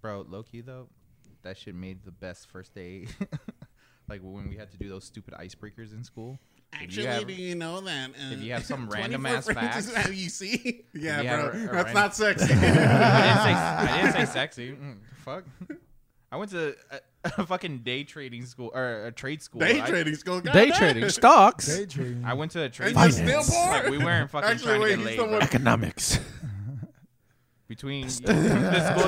Bro, Loki though, that shit made the best first day. like when we had to do those stupid icebreakers in school. If you Actually, have- do you know that? Uh, if you have some 24 random ass friends facts- is how you see? Yeah, you have bro. a- a that's random- not sexy. I didn't say, I didn't say sexy. Mm, fuck. I went to a, a fucking day trading school or a trade school. Day I- trading school. Day goddamn. trading stocks, Day trading. I, went to a trade Are you school. still Finance. poor? Like, we weren't fucking Actually, trying to wait, get he's laid. still bro. working. economics. Between the school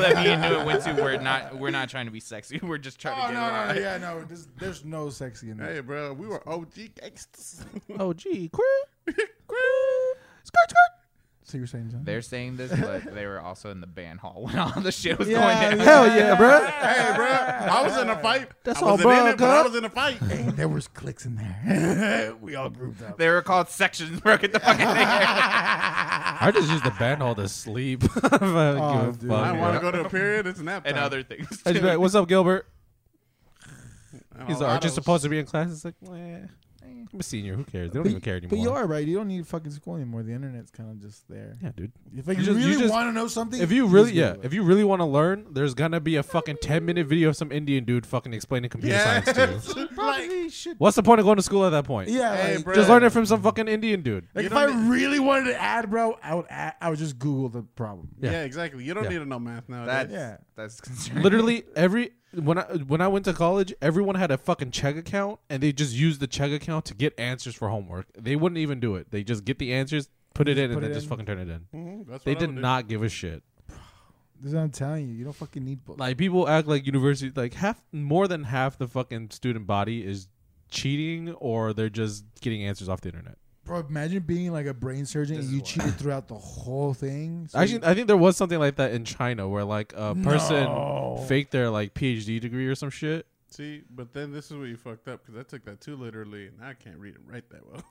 that me and Newt went to, we're not we're not trying to be sexy. We're just trying oh to get no, no, laid. no, yeah, no. There's, there's no sexy in that. Hey, bro, we were OG gangsters. Oh, gee, queer, queer, skirt, skirt. So you're saying, John? They're saying this, but they were also in the band hall when all the shit was Yeah, going down. Hell Oh, yeah, bro. hey, bro, I was in a fight. That's I all, wasn't bro, in it, but I huh? was in a fight. Hey, there was clicks in there. we all grouped up. They were called sections, bro. Get the fucking thing out. I just used the band hall to sleep. I don't give a Oh, dude. fuck. I want to go to a period. It's nap time. and other things. I just be like, What's up, Gilbert? And He's a like, lot aren't you of- supposed to be in class? It's like, "Meh, I'm a senior. Who cares? They don't even care anymore. But you are right. You don't need fucking school anymore. The internet's kind of just there. Yeah, dude. If like, You you, just- you really just- want to know something, If you really, just yeah, Google it. if you really want to learn, there's gonna be a fucking ten minute video of some Indian dude fucking explaining computer Yes. science to you. Like, What's the point of going to school at that point? yeah, Hey, like, bro. Just learn it from some fucking Indian dude. like, You if I don't really wanted to add, bro, I would add, I would just Google the problem. Yeah. yeah. exactly. You don't Yeah. need to know math That's nowadays. Yeah. that's concerning. Literally every when I when I went to college, everyone had a fucking check account and they just used the check account to get answers for homework. They wouldn't even do it. They just get the answers, put it in, put and then it just in. fucking turn it in. Mhm, that's They what I did would do. not give a shit. This is what I'm telling you. You don't fucking need books. Like people act like university like half more than half the fucking student body is cheating or they're just getting answers off the internet. Bro, imagine being like a brain surgeon and you cheated throughout the whole thing. So Actually, I think there was something like that in China where like a person No. faked their like PhD degree or some shit. See, but then this is where you fucked up because I took that too literally, and I can't read and write that well.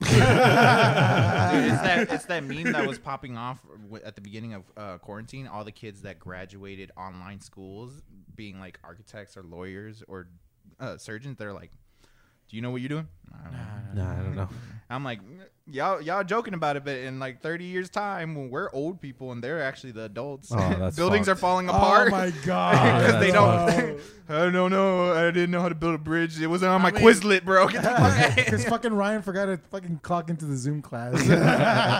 Dude, it's that it's that meme that was popping off w- at the beginning of uh, quarantine. All the kids that graduated online schools, being like architects or lawyers or uh, surgeons, they're like, "Do you know what you're doing?" I don't know. Nah, I don't know. I'm like, "Mm, y'all y'all joking about it, but in like 30 years time, when we're old people and they're actually the adults, Oh, that's buildings fucked. are falling oh apart. my god, Because they that's don't, I don't know. I didn't know how to build a bridge. It wasn't on my I mean- Quizlet, bro. Get the fuck out of here. Because fucking Ryan forgot to fucking clock into the Zoom class.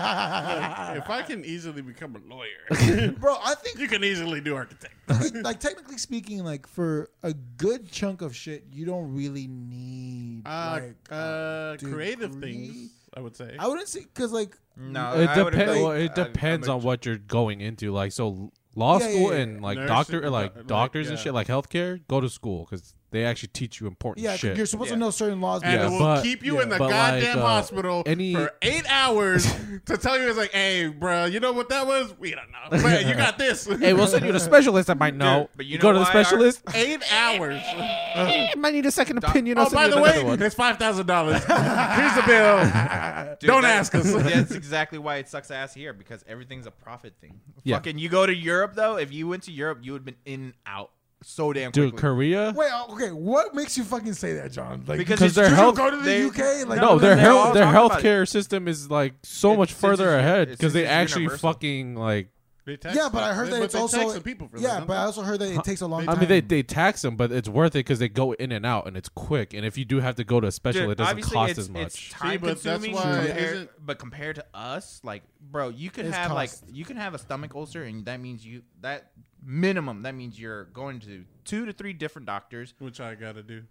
if I can easily become a lawyer, Bro, I think you can easily do architect. like technically speaking, like for a good chunk of shit, you don't really need Uh, like uh, degree? creative things, I would say. I wouldn't say because like No, it, I depen- would've been- well, it I- I'm depends a- on what you're going into. Like, so law Yeah, yeah, school yeah, and like Nursing, doctor, like like, doctors and yeah. shit, like healthcare, go to school because they actually teach you important yeah, shit. you're supposed Yeah. to know certain laws. and Yeah, it will but- keep you yeah. in the but, like, goddamn uh, hospital any- for eight hours to tell you it's like, hey, bro, you know what that was? We don't know. Man, you got this. hey, we'll send you to a specialist that might know. but you you, know go to the why our- specialist. eight hours. I might need a second opinion. I'll oh, send by you the another way, one. it's five thousand dollars. Here's the bill. Dude, Don't that- ask us. That's exactly why it sucks ass here because everything's a profit thing. Yeah. Fucking, you go to Europe though. If you went to Europe, you would have been in and out so damn quickly. Dude, Korea. Wait, uh, okay, what makes you fucking say that, John? Like Because 'cause it's their true. health- go to the they- UK, like no, no, their they're health, all their talking about healthcare system is like so It- much since further it's- ahead it's- because they it's actually universal. fucking like. They tax yeah, but them. I heard They- that but it's they tax also the people for that, yeah, don't but they? I also heard that it takes a long. I time. mean, they, they tax them, but it's worth it because they go in and out and it's quick. And if you do have to go to a special, Dude, it doesn't obviously cost it's, as much. It's time but that's consuming, why compared- isn't- but compared to us, like, bro, you could It's have cost. like you can have a stomach ulcer, and that means you that minimum that means you're going to two to three different doctors, Which I gotta do.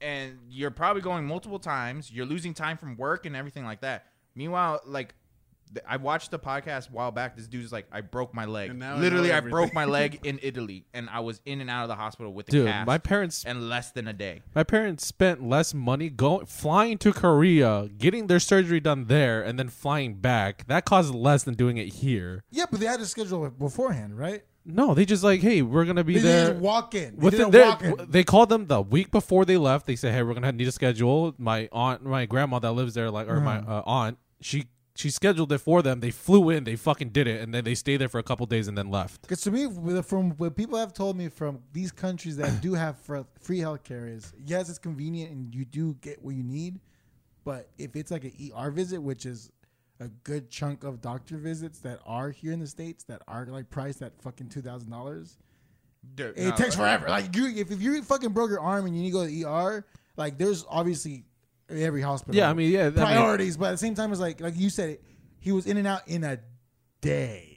and you're probably going multiple times. You're losing time from work and everything like that. Meanwhile, like th- I watched the podcast a while back. This dude's like, I broke my leg. And now I Literally, know I, everything. broke my leg in Italy, and I was in and out of the hospital with the Dude, cast my parents in less than a day. my parents spent less money going flying to Korea, getting their surgery done there, and then flying back. That costs less than doing it here. yeah, but they had to schedule it beforehand, right? No, they just like, hey, we're gonna be They there. didn't walk in. They Within didn't their, walk in. w- they called them the week before they left. They said, "Hey, we're gonna need a schedule." My aunt, my grandma that lives there, like, or my Hmm. uh, aunt, she she scheduled it for them. They flew in, they fucking did it, and then they stayed there for a couple days and then left. Because to me, with- from what people have told me from these countries that do have fr- free healthcare is yes, it's convenient and you do get what you need, but if it's like an ER visit, which is a good chunk of doctor visits that are here in the states that are like priced at fucking two thousand dollars, Dude, It no, like- takes forever. Like you, if, if you fucking broke your arm and you need to go to the ER, like there's obviously every hospital. Yeah, I mean, yeah, I mean- priorities. but at the same time, it's like like you said, it. He was in and out in a day.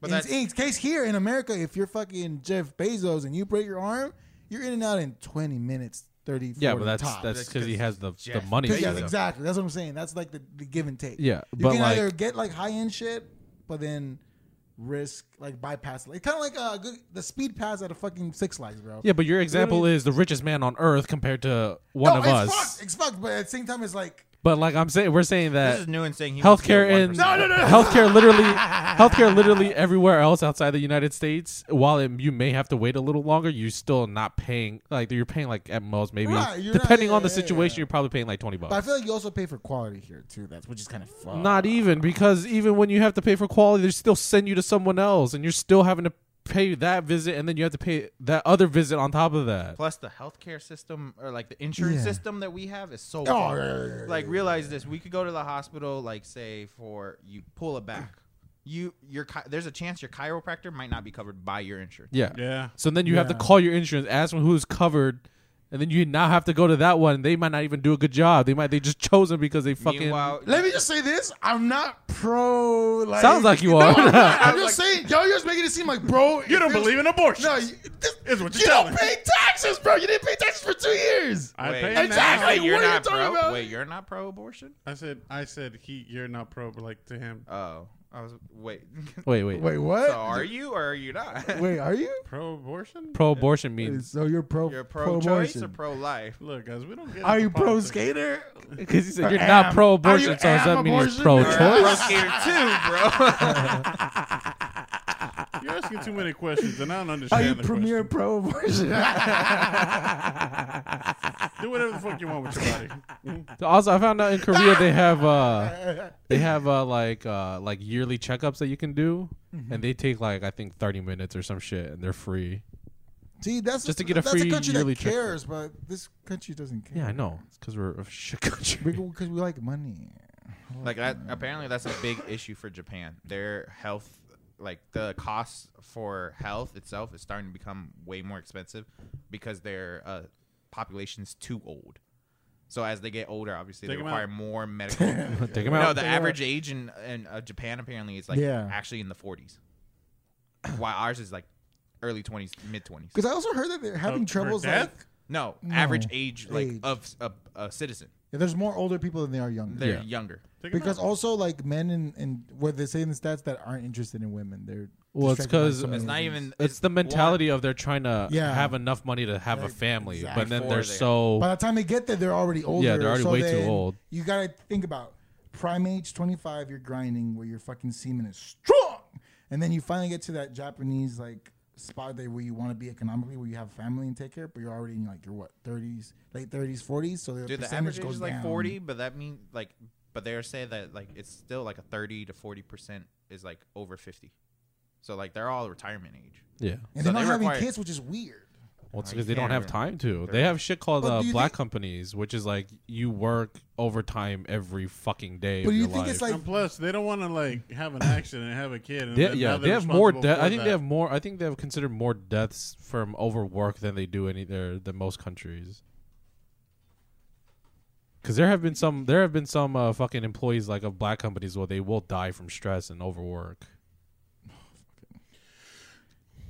But But in, that's- in case here in America, if you're fucking Jeff Bezos and you break your arm, you're in and out in 20 minutes, 30. Yeah, but 40 that's tops. that's That's because he 'cause has the, the Jeff money. Cause, yeah, for that. exactly. That's what I'm saying. That's like the, the give and take. Yeah, you but, can either like- get like high end shit, but then risk like bypass. Like kind of like uh, good, the speed pass at a fucking Six Flags, bro. Yeah, but your example is the richest man on earth compared to one No, of it's us. Fucked, it's fucked, but at the same time, it's like But like I'm saying, we're saying This is that new and saying he wants to healthcare go in 1%. healthcare literally healthcare literally everywhere else outside the United States. While it, you may have to wait a little longer, you're still not paying like you're paying like at most maybe Right, you're not- depending yeah, on the yeah, yeah, situation, yeah. you're probably paying like twenty bucks. But I feel like you also pay for quality here too. That's which is kind of fun. Not even because even when you have to pay for quality, they still send you to someone else, and you're still having to pay that visit, and then you have to pay that other visit on top of that. Plus, the healthcare system or like the insurance Yeah. system that we have is so. Oh, yeah, fucked. yeah, yeah, yeah, like, realize this: we could go to the hospital, like, say, for you pull a back. You, your, chi- there's a chance your chiropractor might not be covered by your insurance. Yeah. Yeah. So then you have to Yeah. call your insurance, ask them who's covered, and then you now have to go to that one. They might not even do a good job. They might they just chose them because they fucking. Meanwhile, Let me just say this: I'm not pro. Like, Sounds like you No, are. I'm, not. I'm just saying, y'all just making it seem like, bro, You don't believe in abortion. No, you, this, Is what you're you don't telling. pay taxes, bro. You didn't pay taxes for two years. I wait, pay wait, now. Exactly. wait, you're what are you not talking pro. about? Wait, you're not pro-abortion. I said, I said, he, you're not pro, but like to him, Oh, I was wait. Wait, wait. Wait, what? so are you or are you not? Wait, are you? pro abortion. Pro abortion means So you're pro. You're pro-choice or pro-life? Look, guys, we don't get. Are into you pro politics. skater? because he said Or you're am. not pro Are abortion, you so does am that mean he's abortion? pro Or am- choice? Pro-skater too, bro. You're asking too many questions, and I don't Are understand. you the premier pro abortion? question. Do whatever the fuck you want with your body. Mm. Also, I found out in Korea they have uh they have uh like uh like yearly checkups that you can do, Mm-hmm. and they take like I think thirty minutes or some shit, and they're free. See, that's Just to get a that's free country yearly that check. cares, but this country doesn't care. Yeah, I know. It's because we're a shit country. because we like money. like that, apparently that's a big issue for Japan. Their health, like the cost for health itself, is starting to become way more expensive because their uh, population's too old. So as they get older, obviously Take they 'em require out. more medical. Take them no, out. the average age in in uh, Japan apparently is like Yeah. actually in the 40s, while ours is like early 20s, mid 20s. Because I also heard that they're having for troubles. Like, death? No, average No, age like age. of s- a, a citizen. Yeah, there's more older people than there are younger. They're Yeah. younger. Take 'em because out. also like men and and what they say in the stats that aren't interested in women, they're Well, it's distracted by 'cause so many It's not things. even. It's the one- mentality of they're trying to Yeah. have enough money to have a family, but then Before they're they- so By the time they get there, they're already older. they're already so way too then old. You gotta think about prime age twenty five. You're grinding where your fucking semen is strong, and then you finally get to that Japanese like spot there where you want to be economically, where you have family and take care, but you're already in like your what thirties, late thirties, forties. So the Dude, the percentage average age goes is like down. 40, but that means like, but they're saying that like it's still like a 30 to 40 percent is like over 50. So like they're all retirement age. yeah. and So they're not they having require- kids, which is weird. Well, it's Oh, you because they don't can't have really- time to. They they're- have shit called But uh, do you black think- companies, which is like you work overtime every fucking day. But of do you your think it's life. like And plus, they don't want to like have an accident and have a kid. And They- then yeah, now they they're have more. responsible De- I for think that. they have more. I think they have considered more deaths from overwork than they do any there than most countries. Because there have been some, there have been some uh, fucking employees like of black companies where they will die from stress and overwork.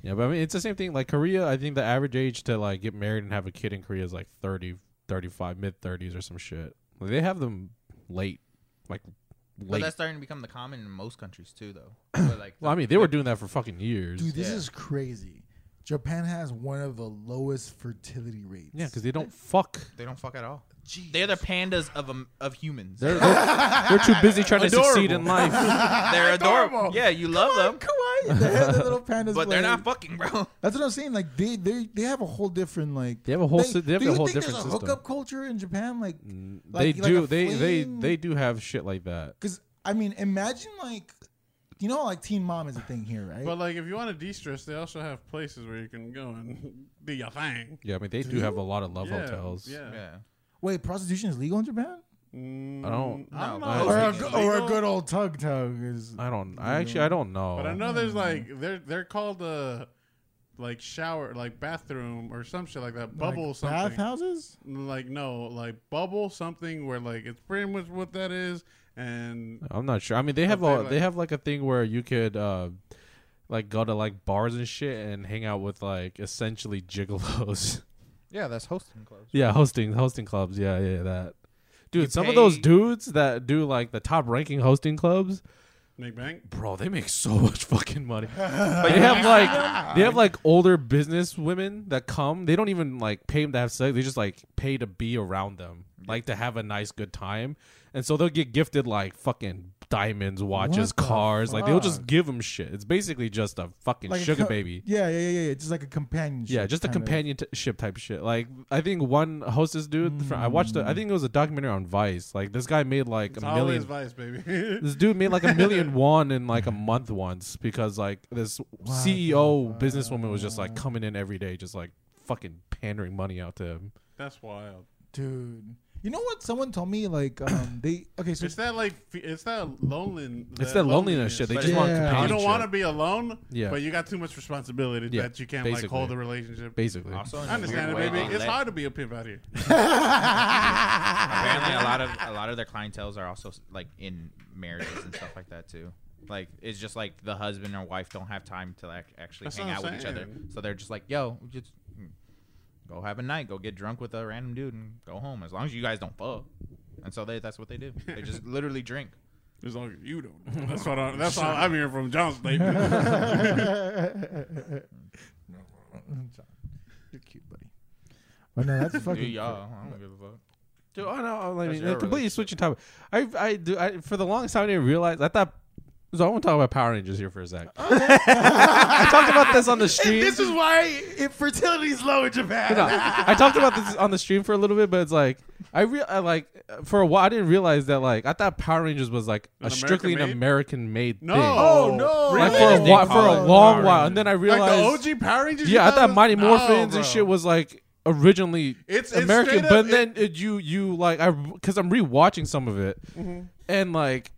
Yeah, but I mean, it's the same thing. Like Korea, I think the average age to like get married and have a kid in Korea is like 30, 35, mid thirties or some shit. Like, they have them late, like But late. that's starting to become the common in most countries too, though. But, like, Well, I mean, they were doing that for fucking years. Dude, this Yeah. is crazy. Japan has one of the lowest fertility rates. yeah, because they don't fuck. they don't fuck at all. They're the pandas of um, of humans. They're, They're, they're, they're too busy trying to succeed in life. adorable. Yeah, you love them, kawaii. They have the little pandas, but they're like- not fucking, bro. That's what I'm saying. Like they, they, they have a whole different like. They have a whole si- they have do a you whole think different there's a system. Mm. hookup culture in Japan? Like, they like do. they they they do have shit like that. Because I mean, imagine like, you know, like Teen Mom is a thing here, right? But like, if you want to de-stress, they also have places where you can go and do your thing. Yeah, I mean, they do have a lot of love yeah, hotels. Yeah. Yeah. Wait, prostitution is legal in Japan? Mm, I don't- I don't No, know. but- Or a It's good- legal, old tug tug is. I don't. I actually I don't know. But I know there's like they're they're called uh, like shower, like bathroom or some shit like that. Bubble like something. bathhouses. Like no, like bubble something where like it's pretty much what that is. And I'm not sure. I mean, they have Okay, a, like- they have like a thing where you could uh, like go to like bars and shit and hang out with like essentially gigolos. Yeah, that's hosting clubs. yeah, hosting hosting clubs. Yeah, yeah, that. Dude, You some of those pay- dudes that do like the top ranking hosting clubs, make bank. bro, they make so much fucking money. But they have like they have like older business women that come. They don't even like pay them to have sex. They just like pay to be around them, like to have a nice good time. And so they'll get gifted like fucking diamonds, watches, What the cars. Like they'll just fuck? give them shit. It's basically just a fucking Like a sugar co- baby. Yeah, yeah, yeah, yeah. Just like a companionship. Yeah, just a kind of. companionship type shit. Like I think one hostess dude, fr- I watched. A, Mm. I think it was a documentary on Vice. Like this guy made like It's a always million. vice, baby. This dude made like a million one in like a month once because like this CEO businesswoman was just like coming in every day, just like fucking pandering money out to him. That's wild. dude. You know what? Someone told me like um they okay so It's that like fe- it's that loneliness. It's that loneliness shit. They Like, just want Yeah. companionship. you don't want to be alone, Yeah. but you got too much responsibility Yeah, that you can't like basically. hold a relationship. basically. Also, in a I understand it, weird way, baby. they It's let- hard to be a pimp out here. Apparently, a lot of a lot of their clientels are also like in marriages and stuff like that too. Like it's just like the husband or wife don't have time to like actually That's hang what out I'm with each other, saying. so they're just like, "Yo, just mm, go have a night, go get drunk with a random dude, and go home." As long as you guys don't fuck, and so they, that's what they do. They just literally drink. As long as you don't. That's what. I, that's all I'm hearing from John's statement. you're cute, buddy. But no, that's Do fucking. y'all? I don't give a fuck. Dude, oh no, I That's mean, your uh, completely switching topic. I, I, do, I, for the longest time, I didn't realize. I thought. So I want to talk about Power Rangers here for a sec. I talked about this on the stream. is why infertility is low in Japan. No, I talked about this on the stream for a little bit, but it's like I real I like for a while I didn't realize that like I thought Power Rangers was like a An strictly an American-made? American made No. thing. Oh, no. like Really? for a They while, for call a it long Power while, and then I realized like the OG Power Rangers. you yeah, I thought was- Mighty No, Morphins bro. and shit was like originally It's- it's American, straight but up- then it, you you like I because I'm rewatching some of it, Mm-hmm. and like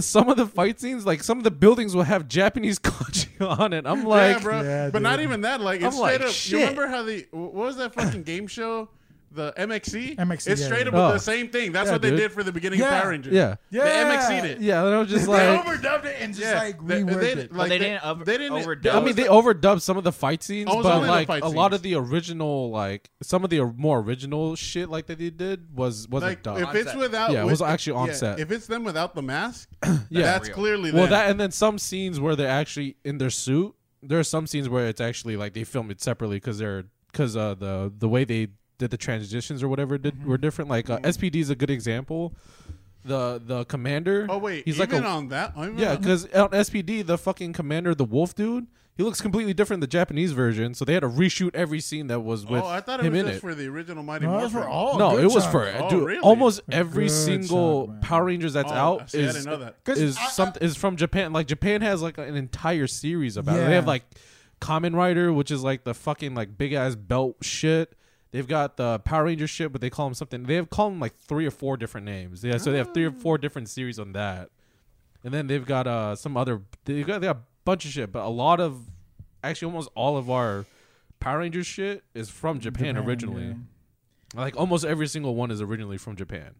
some of the fight scenes, like some of the buildings will have Japanese kanji on it. I'm like, yeah, bro. Yeah, but not dude. even that. Like, I'm it's straight like, up. shit. You remember how the what was that fucking game show? The MXC. MXC, It's E, yeah, straight yeah. up Oh. the same thing. That's Yeah, what they dude. did for the beginning Yeah. of Power Rangers. yeah, They MXC'd it. yeah. And I was just They like, overdubbed it and just Yeah. like They- reworked they- it. But Like, they, they- didn't over, they didn't- overdo. I mean, they overdubbed some of the fight scenes, Oh, it was but only the like fight a lot scenes. of the original, like some of the more original shit, like that they did was wasn't Like, dubbed. if it's set. without, Yeah, it with- was actually on yeah, set. If it's them without the mask, Yeah. that's Real. clearly well, them. that and then some scenes where they're actually in their suit. There are some scenes where it's actually like they filmed it separately because they're because uh, the the way they did the transitions or whatever did Mm-hmm. were different. Like uh, SPD is a good example. The the commander. Oh wait, he's even like a, on that. even Yeah, on- because on SPD, the fucking commander, the wolf dude, he looks completely different in the Japanese version. So they had to reshoot every scene that was with oh, I thought it him was in just it. for the original Mighty no, that's Morphin. for all. no, good it was job. for Oh, dude, really? almost every Good single job, man. Power Rangers that's Oh, out see, I is didn't know that. 'Cause is I- I- some is from Japan. Like Japan has like an entire series about it. They Yeah. have like Kamen Rider, which is like the fucking like big ass belt shit. They've got the Power Ranger shit, but they call them something. They have called them like three or four different names. Yeah, so they have three or Ah. four different series on that. And then they've got uh some other they got they got a bunch of shit, but a lot of actually almost all of our Power Rangers shit is from Japan, Japan, originally. yeah. Like almost every single one is originally from Japan.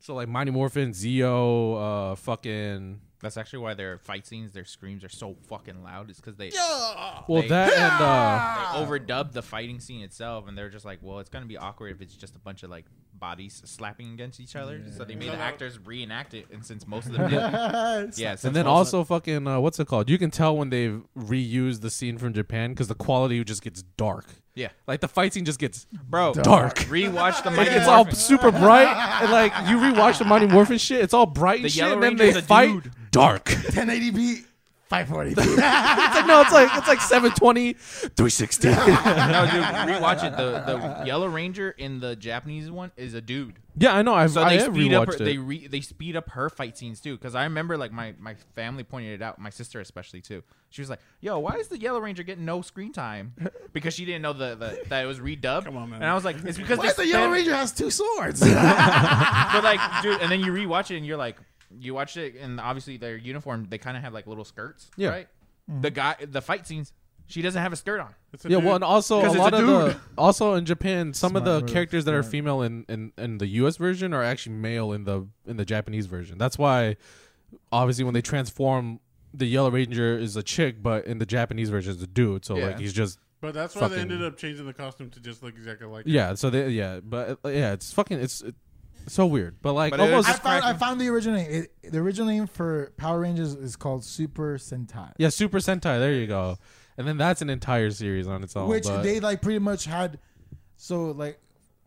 So like Mighty Morphin, Zeo, uh fucking That's actually why their fight scenes, their screams are so fucking loud. It's because they Well They- that and they uh overdubbed the fighting scene itself, and they're just like, well, it's gonna be awkward if it's just a bunch of like bodies slapping against each other. So they made the actors reenact it, and since most of them did, yeah, since and then most also fucking uh, what's it called? You can tell when they've reused the scene from Japan because the quality just gets dark. Yeah. like the fight scene just gets bro, dark. rewatch the Mighty Like, it's all Morphin. super bright. And, like you rewatch the Mighty Morphin shit, it's all bright and The shit, Yellow and then Ranger's they a fight dude. dark. 1080p, 540p. It's like no, it's like it's like 720, 360. no, dude, rewatch it. The the Yellow Ranger in the Japanese one is a dude. yeah, I know. I've So I they have speed rewatched up. Her, it. They re, they speed up her fight scenes too. Because I remember like my my family pointed it out. My sister especially too. She was like, "Yo, why is the Yellow Ranger getting no screen time?" Because she didn't know the, the that it was redubbed. Come on, man. And I was like, "It's because Why they is the Yellow spend- Ranger has two swords? But like, dude, and then you rewatch it and you're like, you watch it and obviously their uniform, they kind of have like little skirts, Yeah. right? The guy, the fight scenes, She doesn't have a skirt on. It's a Yeah, well, dude. and also a Because it's lot a of the dude. also in Japan, some of the Smart move, characters that are smart. female in, in in the U.S. version are actually male in the in the Japanese version. That's why, obviously, when they transform, the Yellow Ranger is a chick, but in the Japanese version, it's a dude. So like Yeah. he's just but that's why they fucking- ended up changing the costume to just look exactly like. it. yeah. So they yeah, but uh, yeah, it's fucking it's, it's so weird. But like But it almost I is- found I found the original name. It, the original name for Power Rangers is called Super Sentai. yeah, Super Sentai. There you go. And then that's an entire series on its own. which Oh, but- they like pretty much had. So like,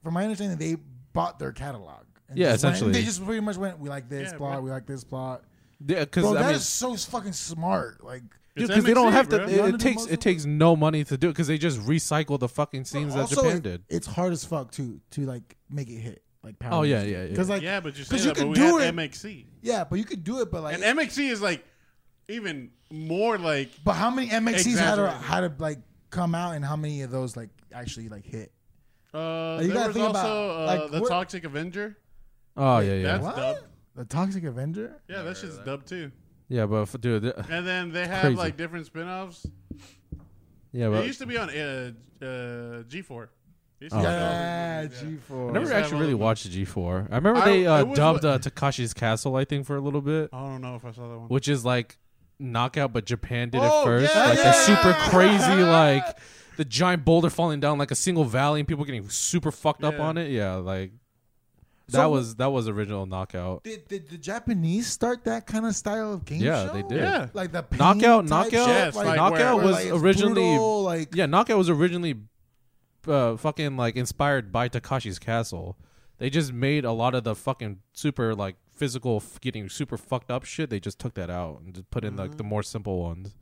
from my understanding, they bought their catalog. and Yeah, just went- essentially. they just pretty much went. We like this Yeah, plot. bro. We like this plot. yeah, because Bro, that is I mean, so fucking smart. Like, It's because they don't MXC, have bro. to. None It, of it the takes Muslim- it takes no money to do it because they just recycle the fucking scenes that also, Japan it- did. It's hard as fuck to to like make it hit. Like Power. Oh, yeah, Rangers. yeah, yeah. Because like yeah, but you said 'cause you that, can but we do had it. MXC, yeah, but you could do it, but like, and MXC is like even more like but how many MXCs had to Exaggerated. had to like come out, and how many of those like actually like hit? Uh, Like, you there gotta was think also about, uh, like, the what- Toxic Avenger. Oh yeah, yeah, That's What? dubbed. The Toxic Avenger. Yeah, that shit's dubbed too. yeah. But f- dude, th- And then they have crazy. like different spin-offs. yeah, It but used to be on uh, uh, G4. It used to Oh. be on Yeah, all these- G I four. never used to have actually all really the- watched G four. I remember I- they I uh, was Oh. dubbed wa- uh, Takashi's Castle, I think, for a little bit, I don't know if I saw that one. which is like knockout, but Japan did it Oh, first, yeah, like yeah. the super crazy, like the giant boulder falling down like a single valley and people getting super fucked up Yeah. on it. Yeah, like that So- was that was original knockout. Did, did the Japanese start that kind of style of game Yeah, show? they did. yeah. Like the Knockout- pain type knockout- shit, Yes, like Knockout where, was like, it's originally brutal, like Yeah, Knockout was originally uh, fucking like inspired by Takashi's Castle. They just made a lot of the fucking super like physical f- getting super fucked up shit. They just took that out and just put in like Mm-hmm. the more simple ones.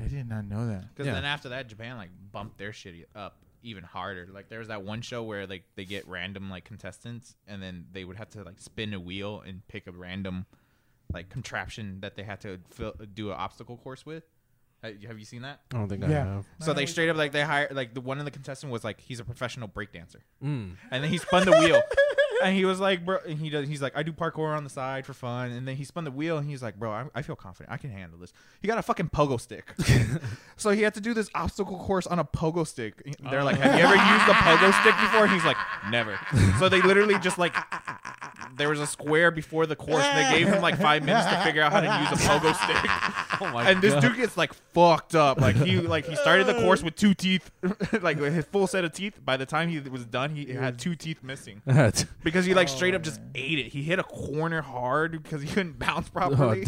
I did not know that. Because Yeah. then after that, Japan like bumped their shit up even harder. Like there was that one show where like they get random like contestants, and then they would have to like spin a wheel and pick a random like contraption that they had to fill, do an obstacle course with. Ha- Have you seen that? I don't think I Yeah. have. So they straight up like they hire like the one of the contestant was like he's a professional breakdancer, mm. and then he spun the wheel, and he was like, bro, and he does he's like I do parkour on the side for fun, and then he spun the wheel and he's like, bro, I, I feel confident, I can handle this. He got a fucking pogo stick, so he had to do this obstacle course on a pogo stick. They're like, have you ever used a pogo stick before? And he's like, never. So they literally just like there was a square before the course, and they gave him like five minutes to figure out how to use a pogo stick Oh my and this dude gets like fucked up. Like he like he started the course with two teeth, like with his full set of teeth. By the time he was done, he had two teeth missing dude. because he like straight up just ate it. He hit a corner hard because he couldn't bounce properly.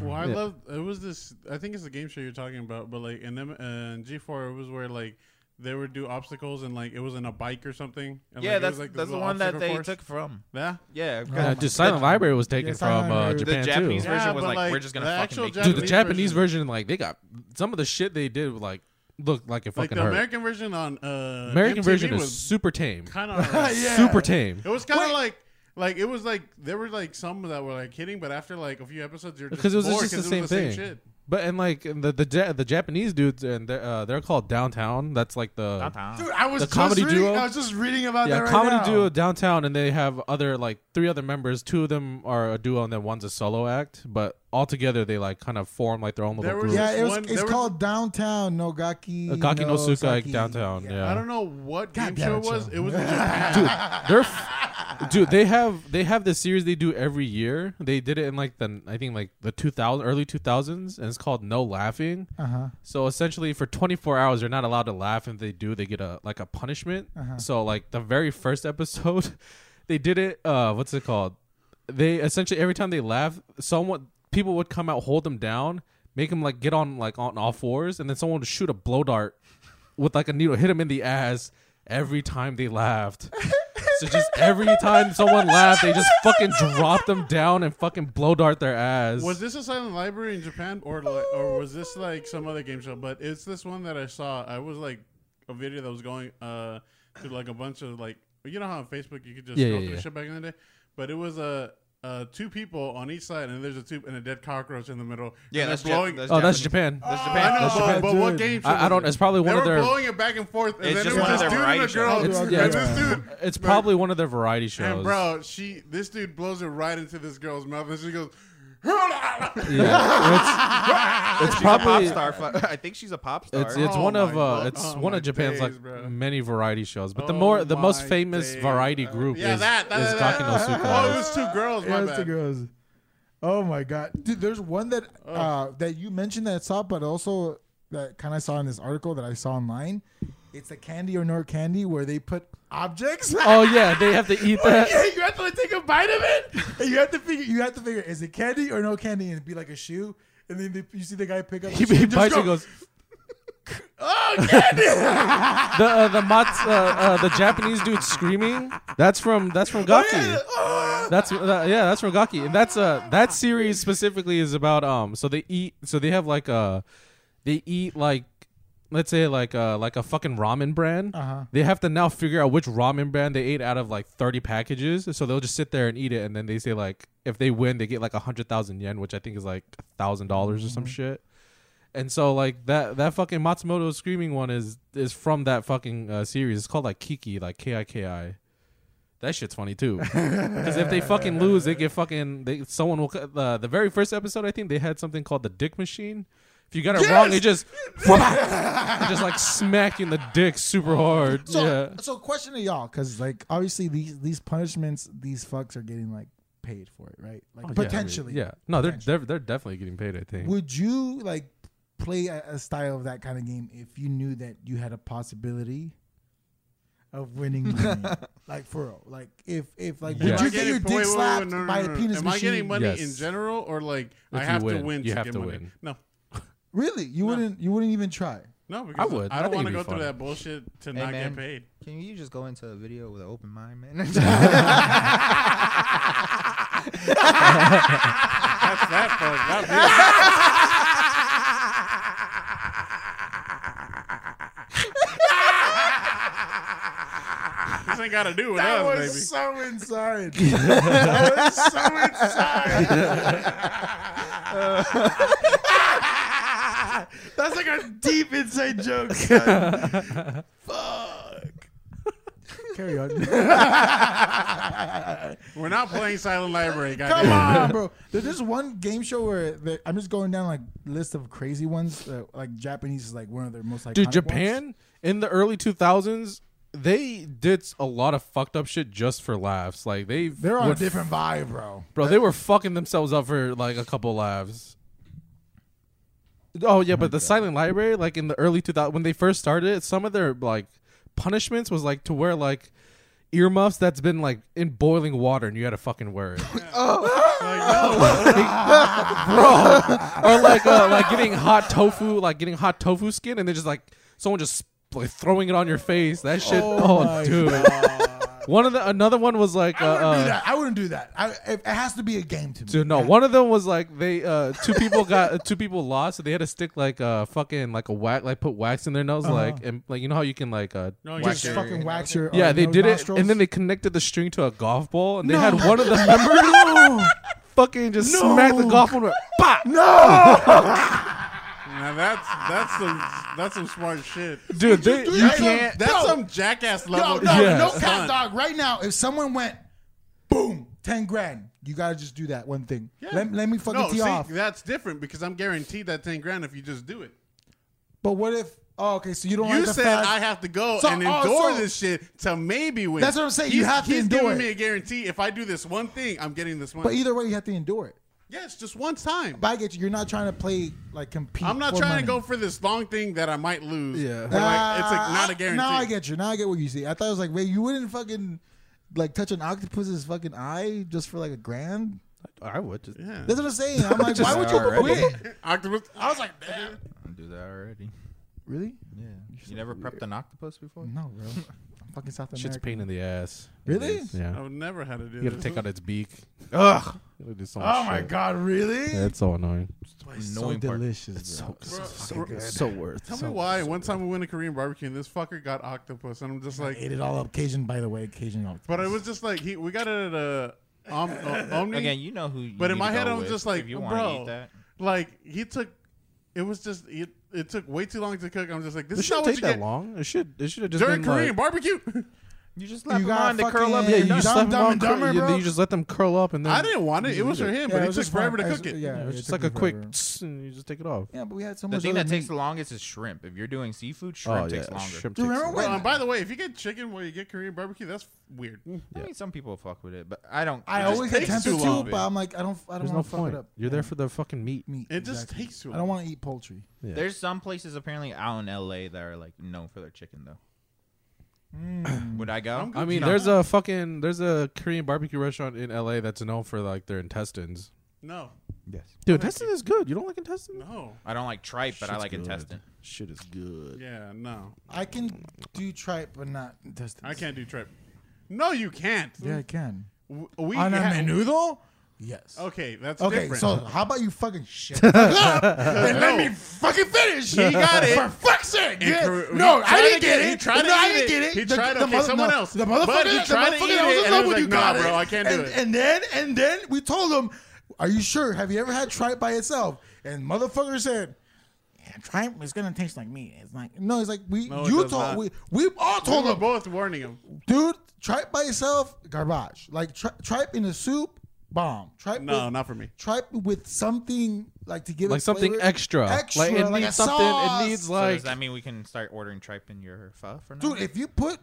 Well, I Yeah. love it was this. I think it's the game show you're talking about, but like in them uh, in G4, it was where like they would do obstacles and like it was in a bike or something. And, yeah, like, it that's was, like, this that's the little one that obstacle they course. took from. Yeah, Yeah, yeah, because just uh, Silent Library was taken Oh Yeah, Silent from uh, Library. The Japan Japanese too. version Yeah, was but, like, like, we're just gonna the fucking actual make Dude, the Japanese Japanese version. version, like they got some of the shit they did, like looked like it like fucking the hurt. American version on uh, American MTV version is was super tame, kind of. Yeah. super tame. It was kind of Wait. like like it was like there were like some that were like hitting, but after like a few episodes, you're just because it was bored just the 'cause same it was thing. shit. But and like and the the, ja- the Japanese dudes and they're, uh, they're called Downtown. That's like the Downtown. Dude, I was The just comedy reading, duo? I was just reading about yeah that right comedy now. duo Downtown, and they have other like three other members. Two of them are a duo, and then one's a solo act. But all together, they like kind of form like their own little There group. was- Yeah, it was, One- it's there was- called Downtown Nogaki. Akaki Uh, no Sukai Saki. Downtown, yeah. I don't know what God game damn show it, it was. Joe. It was in Japan. dude, they're f- dude. They have they have this series they do every year. They did it in like the I think like the two thousand early two thousands, and it's called No Laughing. Uh-huh. So essentially, for 24 hours, they're not allowed to laugh. If they do, they get a like a punishment. So like the very first episode, they did it. Uh, what's it called? They essentially every time they laugh, someone people would come out, hold them down, make them like get on like on all fours, and then someone would shoot a blow dart with like a needle, hit them in the ass every time they laughed. So just every time someone laughed, they just fucking drop them down and fucking blow dart their ass. Was this a silent library in Japan, or li- or was this like some other game show? But it's this one that I saw. I was like a video that was going uh to like a bunch of like you know how on Facebook you could just Yeah, go yeah, through yeah. shit back in the day, but it was a. Uh, two people on each side, and there's a tube and a dead cockroach in the middle. Yeah, and that's they're Ja- blowing. that's oh, that's Japanese. Japan. That's I know, Japan. That's Japan, but what dude. game show? I, I don't. was It's it? probably one they of were their. blowing it back and forth, and It's then just it was one of this their dude and a variety girl. shows. It's- and yeah, this it's- dude, It's probably one of their variety shows. and bro, she, this dude blows it right into this girl's mouth, and she goes, Yeah. It's, it's She's probably a pop star. fu- I think she's a pop star. it's it's Oh one of my uh God. it's Oh one my of Japan's days, like bro. many variety shows. But the Oh more the most my famous days, variety bro. group Yeah, is, that, that, is that, Gaki no Suka. Oh, it was two girls. Yeah, My it's the bad. girls. Oh my god, dude! There's one that Oh. uh, that you mentioned that I saw, but also that kind of saw in this article that I saw online. It's a candy or nor candy where they put objects. oh yeah, they have to eat that. Yeah, you have to like, take a bite of it. And you have to figure. You have to figure: is it candy or no candy? And it'd be like a shoe. And then they, you see the guy pick up. He, the shoe he and just bites go, and goes. "Oh, candy!" The uh, the mats, uh, uh, the Japanese dude screaming. That's from that's from Oh, Gaki. That's uh, yeah, that's from Gaki, and that's uh that series specifically is about um. So they eat, so they have like uh, they eat like, let's say like uh like a fucking ramen brand. Uh-huh. They have to now figure out which ramen brand they ate out of like thirty packages. So they'll just sit there and eat it, and then they say like if they win, they get like a hundred thousand yen, which I think is like thousand dollars or some Mm-hmm. shit. And so like that that fucking Matsumoto screaming one is is from that fucking uh, series. It's called like Kiki, like K I K I. That shit's funny too. Because if they fucking lose, they get fucking. They, someone will. cut- The the very first episode, I think they had something called the Dick Machine. If you got it wrong, it just it just like smack you in the dick super hard. So, uh, yeah. so question to y'all, because like obviously these these punishments, these fucks are getting like paid for it, right? Oh, yeah, I Like mean, potentially, Yeah. No, they're, Potentially. they're they're definitely getting paid. I think. Would you like play a, a style of that kind of game if you knew that you had a possibility of winning money? like for real. like if if like Yeah. would Am I you get getting- your wait, dick wait, wait, slapped no, no, by no, a no. penis Am machine? I getting money Yes. in general, or like I you have to win, win? you to have get to money? win. No, Really? You wouldn't you wouldn't even try. no, because I, would. I don't think want to it'd go be through fun. that bullshit to Hey, not man. get paid. Can you just go into a video with an open mind, man? That's that fuck. That bitch. this ain't got to do with That us, was baby. so inside. that was so inside. That's like a deep inside joke. son. Fuck. Carry on. We're not playing Silent Library. Come Goddamn. on, bro. There's this one game show where the, I'm just going down like list of crazy ones. Uh, like Japanese is like one of their most like. Dude, Japan in the early 2000s, they did a lot of fucked up shit just for laughs. Like they They're on a would- different vibe, bro. bro. They were fucking themselves up for like a couple laughs. Oh yeah, but the silent library, like in the early 2000s, when they first started, some of their like punishments was like to wear like earmuffs that's been like in boiling water and you had to fucking wear it. Oh. Like, no. or like uh, like getting hot tofu, like getting hot tofu skin, and then just like someone just like throwing it on your face. That shit. Oh Oh, my dude. One of the another one was like uh, I wouldn't do uh that. I wouldn't do that. I, it, it has to be a game to me. dude, no. One of them was like they uh two people got uh, two people lost, so they had to stick like uh fucking like a wax like put wax in their nose, Uh-huh. like and like you know how you can like uh No, just you're- fucking wax your. yeah uh, they nose did nostrils. it, and then they connected the string to a golf ball, and they No. had one of the members fucking just No. smack the golf ball. with- Bah! no. Now that's that's some that's some smart shit. Dude, they, do you that? can't. can't- That's No. some jackass No, level. no, Yeah. no Son. cat dog. Right now, if someone went, boom, ten grand, you gotta just do that one thing. Let, let me fucking No, tee see, off. that's different because I'm guaranteed that ten grand if you just do it. But what if? Oh, okay. So you don't You like the said fact. I have to go So, and oh, endure so- this shit to maybe win. That's what I'm saying. He's, You have to he's endure giving it. me a guarantee. If I do this one thing, I'm getting this one. but either way, you have to endure it. yes, just one time. But I get you. You're not trying to play like compete. I'm not for trying money. to go for this long thing that I might lose. Yeah. Or like, it's like not Ah, a guarantee. Now I get you. Now I get what you see. I thought it was like, wait, you wouldn't fucking like touch an octopus's fucking eye just for like a grand. I would just. Yeah. That's what I'm saying. I'm like, why would you already. quit? Octopus. I was like, damn. I do that already. Really? Yeah. You never prepped an octopus before? No, bro. I'm fucking South Shit's America. pain in the ass. Really? It is, Yeah. I've never had to do You gotta this. take out its beak. Ugh. It'll do some Oh my shit. god, really? Yeah, it's so annoying. so part. delicious, bro. Bro, bro, So worth. Tell me why. One time we went to Korean barbecue and this fucker got octopus, and I'm just like, Ate it all up. Cajun, by the way, Cajun octopus. but it was just like he. We got it at a um, uh, Omni. Again, you know who. You But in need my to head, go I'm with just like, if you wanna bro, eat that. like he took. It was just it. It took way too long to cook. I'm just like, this It is not shouldn't what you take that get long. It should. It should have just during been Korean like. barbecue. You just slap You them got on, they curl up. fucking- Yeah, Yeah, you just Dumb, let them Dumb all and cur- Dumber, you- bro. you just let them curl up and then I didn't want it. It was Yeah, for him, Yeah, but it it, was took just fun. forever to I cook just- it. Yeah, Yeah, it it's just took like me a quick, forever. tss, and you just take it off. Yeah, but we had so The much. thing other that takes meat. the longest is shrimp. If you're doing seafood, shrimp takes longer. Oh, shrimp Do you takes remember longer. Bro, and by the way, if you get chicken where you get Korean barbecue, that's weird. I Yeah. mean, some people fuck with it, but I don't. I it just always get takes tempted too to, long. but I'm like, I don't, I don't There's want no to fuck point. it up. You're there Yeah. for the fucking meat. meat. It just exactly. takes too I don't long. want to eat poultry. Yeah. There's some places apparently out in LA that are like known for their chicken though. Hmm. Would I go? I'm good. I mean, No. there's a fucking there's a Korean barbecue restaurant in LA that's known for like their intestines. No, Yes. Dude, intestine is good. You don't like intestine? no. I don't like tripe, but I Shit's like good. intestine. Shit is good. Yeah, no. I can do tripe, but not intestines. I can't do trip. No, you can't. Yeah, I can. W- We On a ha- menu though. Yes. Okay, that's Okay, different. so how about you fucking shit up and let No. me fucking finish? He got it. For fuck's sake. And Yeah. Kar- No, he I tried didn't to get get- it. he tried to no, I eat didn't it. get it. He tried- okay, mother- someone else. The But motherfucker, he the tried to motherfucker eat that was it, in and love he was with you like, "Nah, got it. bro, I can't do and, it. And then, and then we told him, Are you sure? Have you ever had tripe by itself? And motherfucker said, yeah, Tripe is gonna taste like meat. It's like no, it's like we No, it you does told not. we we we all told were him both warning him. dude, tripe by itself, garbage. Like tri- tripe in a soup, bomb. Tripe No, with, not for me. tripe with something like to give it Like something flavor. extra. extra, Like it like needs a something. sauce. It needs So like does that mean we can start ordering tripe in your pho for now? Dude, if you put,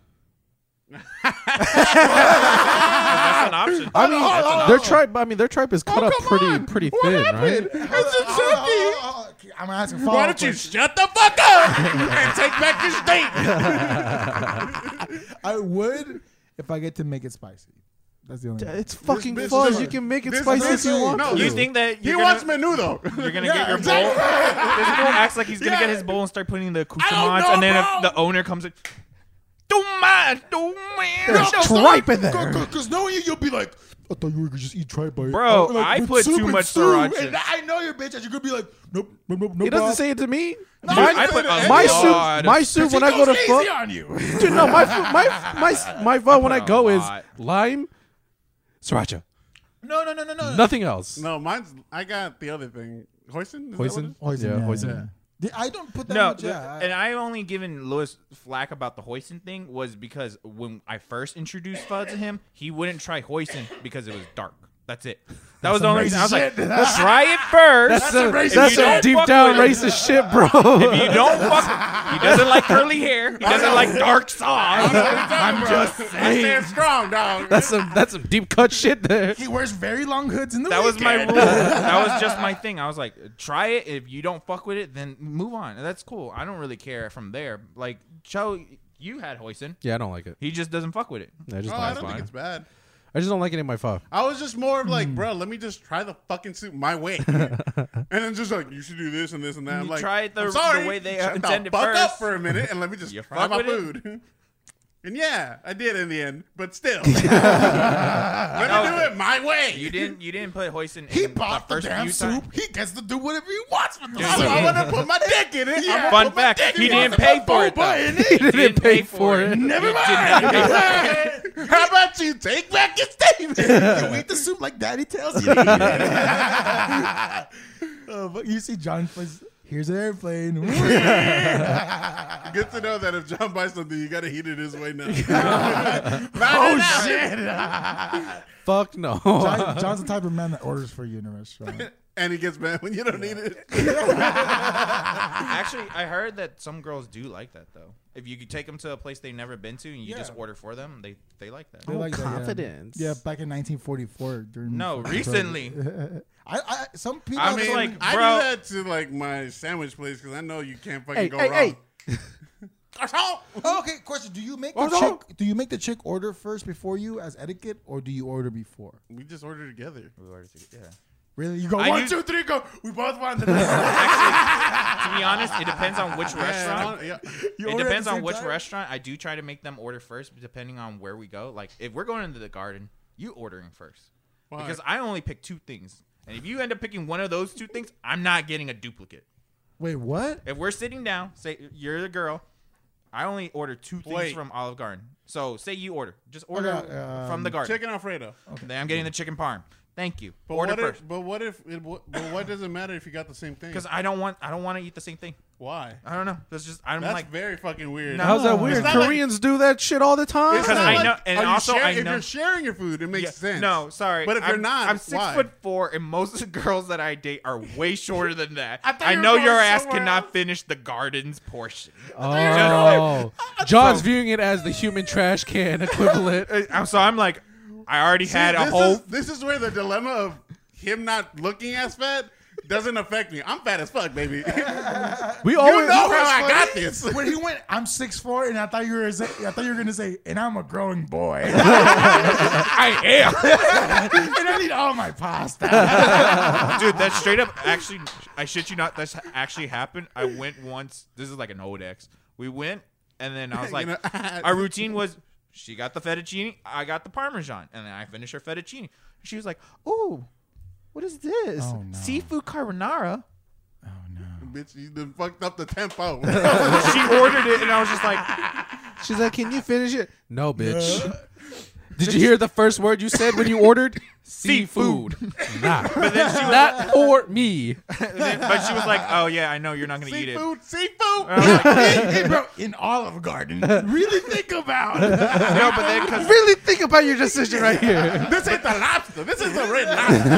that's an option. I mean, Hold on, their hold on. tripe. I mean, their tripe is Oh, cut up pretty, pretty thin, right? Hold on, hold on, hold on, hold on. oh, I'm asking. Why don't you shut the fuck up and take back your steak? I would if I get to make it spicy. That's the only. thing. It's fucking this fun. is- You can make it this spicy if is- you want. no, to. you think that He you're wants gonna, menu though. you're gonna Yeah, get your exactly. bowl? this fool acts like he's gonna Yeah. get his bowl and start putting in the I accoutrements, don't and know, then bro. if the owner comes in, do mine, do mine. There's tripe in there. Because knowing you, you'll be like, I thought you were gonna just eat tripe by Bro, uh, like, I with put soup too and much stew, sriracha. And I know your bitch, and you're gonna be like, nope, nope, nope. He doesn't nope. say it to me. Dude, my I put Oh, a my lot soup, of- my soup. When I go to fuck, on you. Dude, no, my fu- my my my pho when I a go is lot. lime, sriracha, No, no, no, no, no. nothing else. No, mine's. I got the other thing. Hoisin. Is that what it Hoisin, is? yeah, hoisin. The- I don't put that No, much. the- Yeah, I- and I only given Lewis flack about the hoisin thing was because when I first introduced pho to him, he wouldn't try hoisin because it was dark. That's it. That was the only reason I was like, let's try it first. That's some If that's you some don't deep fuck down with it- racist shit, bro. If you don't fuck, he doesn't like curly hair. He doesn't like dark sauce. I'm just I stand strong, dog. That's some that's some deep cut shit there. he wears very long hoods in the That was my weekend. rule. That was just my thing. I was like, try it. If you don't fuck with it, then move on. And that's cool. I don't really care from there. Like, Cho, you had hoisin. Yeah, I don't like it. He just doesn't fuck with it. I just Oh, don't I like don't think it's it. bad. I just don't like it in my pho. I was just more of like, bro, let me just try the fucking soup my way, and then just like you should do this and this and that. I'm You like, try it the- I'm sorry, the way they shut the intended fuck up first. for a minute and let me just You try fuck my with it? food. And yeah, I did in the end, but still, let me do it my way. You didn't. You didn't put hoisin. He in bought the, the first damn few soup. times. He gets to do whatever he wants with the I, soup. want to put my dick in it. Yeah. I'm Fun fact: He didn't pay for it. boba though. in it. He didn't pay for it. Never He did not pay for it. mind. How about you take back your statement? you eat the soup like daddy tells you. to eat it. oh, but you see, John plays. Here's an airplane. Good to know that if John buys something, you gotta heat it his way now. oh Fuck no. John, John's the type of man that orders for you in a restaurant. And he gets mad when you don't need it. Actually, I heard that some girls do like that though. If you could take them to a place they've never been to and you just order for them, they they like that. They like that, yeah. confidence. yeah. back in 1944. During No, the- recently. I, I some people. I have mean, some- like- I Bro. do that to like my sandwich place because I know you can't fucking Hey, go hey, wrong. hey. Garçon! Oh, okay, question. Do you make the Oh, no. chick? Do you make the chick order first before you as etiquette, or do you order before? We just ordered together. We ordered to- yeah. Really, you go I one, use- two, three, go. We both want the. To be honest, it depends on which restaurant. Yeah, You It order at depends the on same which time? restaurant. I do try to make them order first, depending on where we go. Like if we're going into the garden, you ordering first Why? because I only pick two things, and if you end up picking one of those two things, I'm not getting a duplicate. Wait, what? If we're sitting down, say you're the girl, I only order two things Wait. from Olive Garden. So say you order, just order Okay, um, from the garden. Chicken Alfredo. Then I'm getting the chicken parm. Thank you. But order what, first if, but what if? It, but what does it matter if you got the same thing? because I don't want I don't want to eat the same thing. Why? I don't know. That's just I'm That's like very fucking weird. No. How's that It's weird? not like- Koreans do that shit all the time. It's 'Cause not I like- know- and are you also share- I if know- you're sharing your food, it makes Yeah, sense. No, sorry. But if I'm, you're not, I'm six why? foot four, and most of the girls that I date are way shorter than that. I thought I you were know going your ass somewhere cannot else. finish the gardens portion. Oh, John's viewing it as the human trash can equivalent. Uh, I'm so I'm like, I already had a this whole. Is, this is where the dilemma of him not looking as fat doesn't affect me. I'm fat as fuck, baby. you We always know how I got this. When he went, I'm six four, and I thought you were, say, I thought you were gonna say, and I'm a growing boy, and I I need all my pasta. am, dude. That's straight up. Actually, I shit you not. That's actually happened. I went once. This is like an old ex. We went, and then I was You like, know, our routine was. She got the fettuccine. I got the parmesan, and then I finished her fettuccine. She was like, "Ooh, what is this? Oh, no. Seafood carbonara." Oh no! Bitch, you done fucked up the tempo. she ordered it, and I was just like, She's like, "Can you finish it?" No, bitch. Did you hear the first word you said when you ordered? Seafood. nah. not for me. then- but she was like, "Oh yeah, I know you're not gonna eat it." seafood, seafood. And I was like, hey, bro, in Olive Garden, really think about no, but then because Really think about your decision right here. This ain't the lobster. This is the red lobster.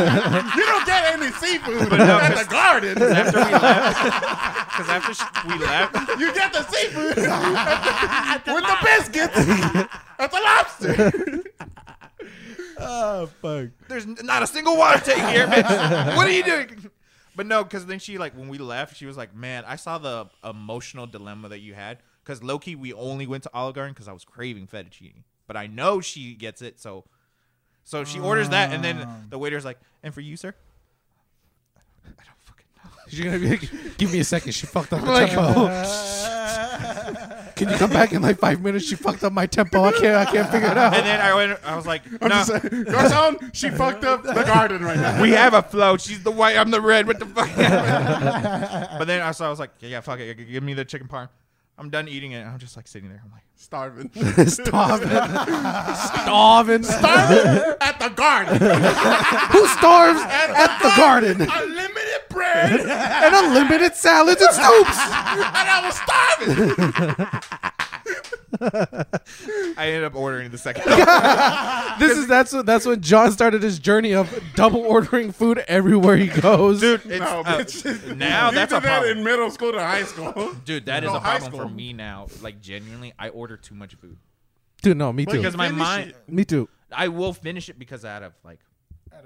you don't get any seafood no, at the it's- garden. after we left, because after sh- we left, You get the seafood at the- with the biscuits at the lobster. Oh fuck! there's n- not a single water tank here, bitch. What are you doing? But no, because then she like when we left, she was like, "Man, I saw the emotional dilemma that you had." Because Loki, we only went to Olive Garden because I was craving fettuccine, but I know she gets it, so so she orders that, and then Ah. the waiter's like, "And for you, sir." I don't fucking know. She's gonna be like, "Give me a second. She fucked up the tempo. Can you come back in like five minutes? She fucked up my tempo. I can't. I can't figure it out." And then I went. I was like, I'm "No, just saying, Garcon, she fucked up the garden right now. we have a flow. She's the white, I'm the red. What the fuck? but then I saw, I was like, yeah, yeah, fuck it. Give me the chicken parm. I'm done eating it. I'm just like sitting there. I'm like, Starving. starving, starving. Starving at the garden. Who starves at the garden? Unlimited bread. And unlimited salads and soups. And I was starving. I ended up ordering the second. This is that's what that's when John started his journey of double ordering food everywhere he goes. Dude, it's, No, uh, bitch. now you that's a did that problem. in middle school to high school. Dude, that is No, a high problem for school. me now. Like genuinely, I order too much food dude, no, me too. because my finish mind. it. Me too. I will finish it because out of like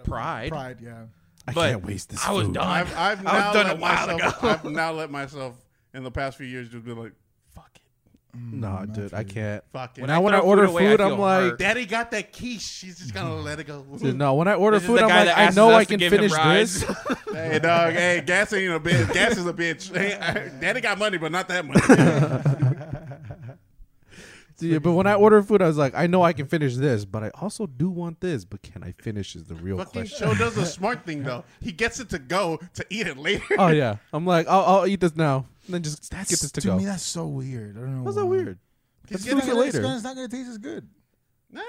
pride. Pride, yeah. I But can't waste this. I was food. done. I've, I've I was now done let a while myself, ago. I've now let myself in the past few years just be like, fuck it. Nah, dude, I can't. Fuck it. Now when throw I order food away, I food, feel I'm like, hurt. Daddy got that quiche. She's just gonna let it go. dude, no. When I order This is food, the I'm guy like, that I asks know us I to can give him finish rides. this. Hey dog, hey, gas ain't a bitch. Gas is a bitch. Hey, I- Daddy got money, but not that money. Dude, but when I order food, I was like, I know I can finish this, but I also do want this. But can I finish? Is the real Fucking question. show does a smart thing though. He gets it to go to eat it later. Oh yeah, I'm like, I'll, I'll eat this now, and then just get this to to go. me. That's so weird. I don't know. That's so why. weird. Let's He's getting do It's, it not- it's later. gonna- it's not gonna taste as good. Nah.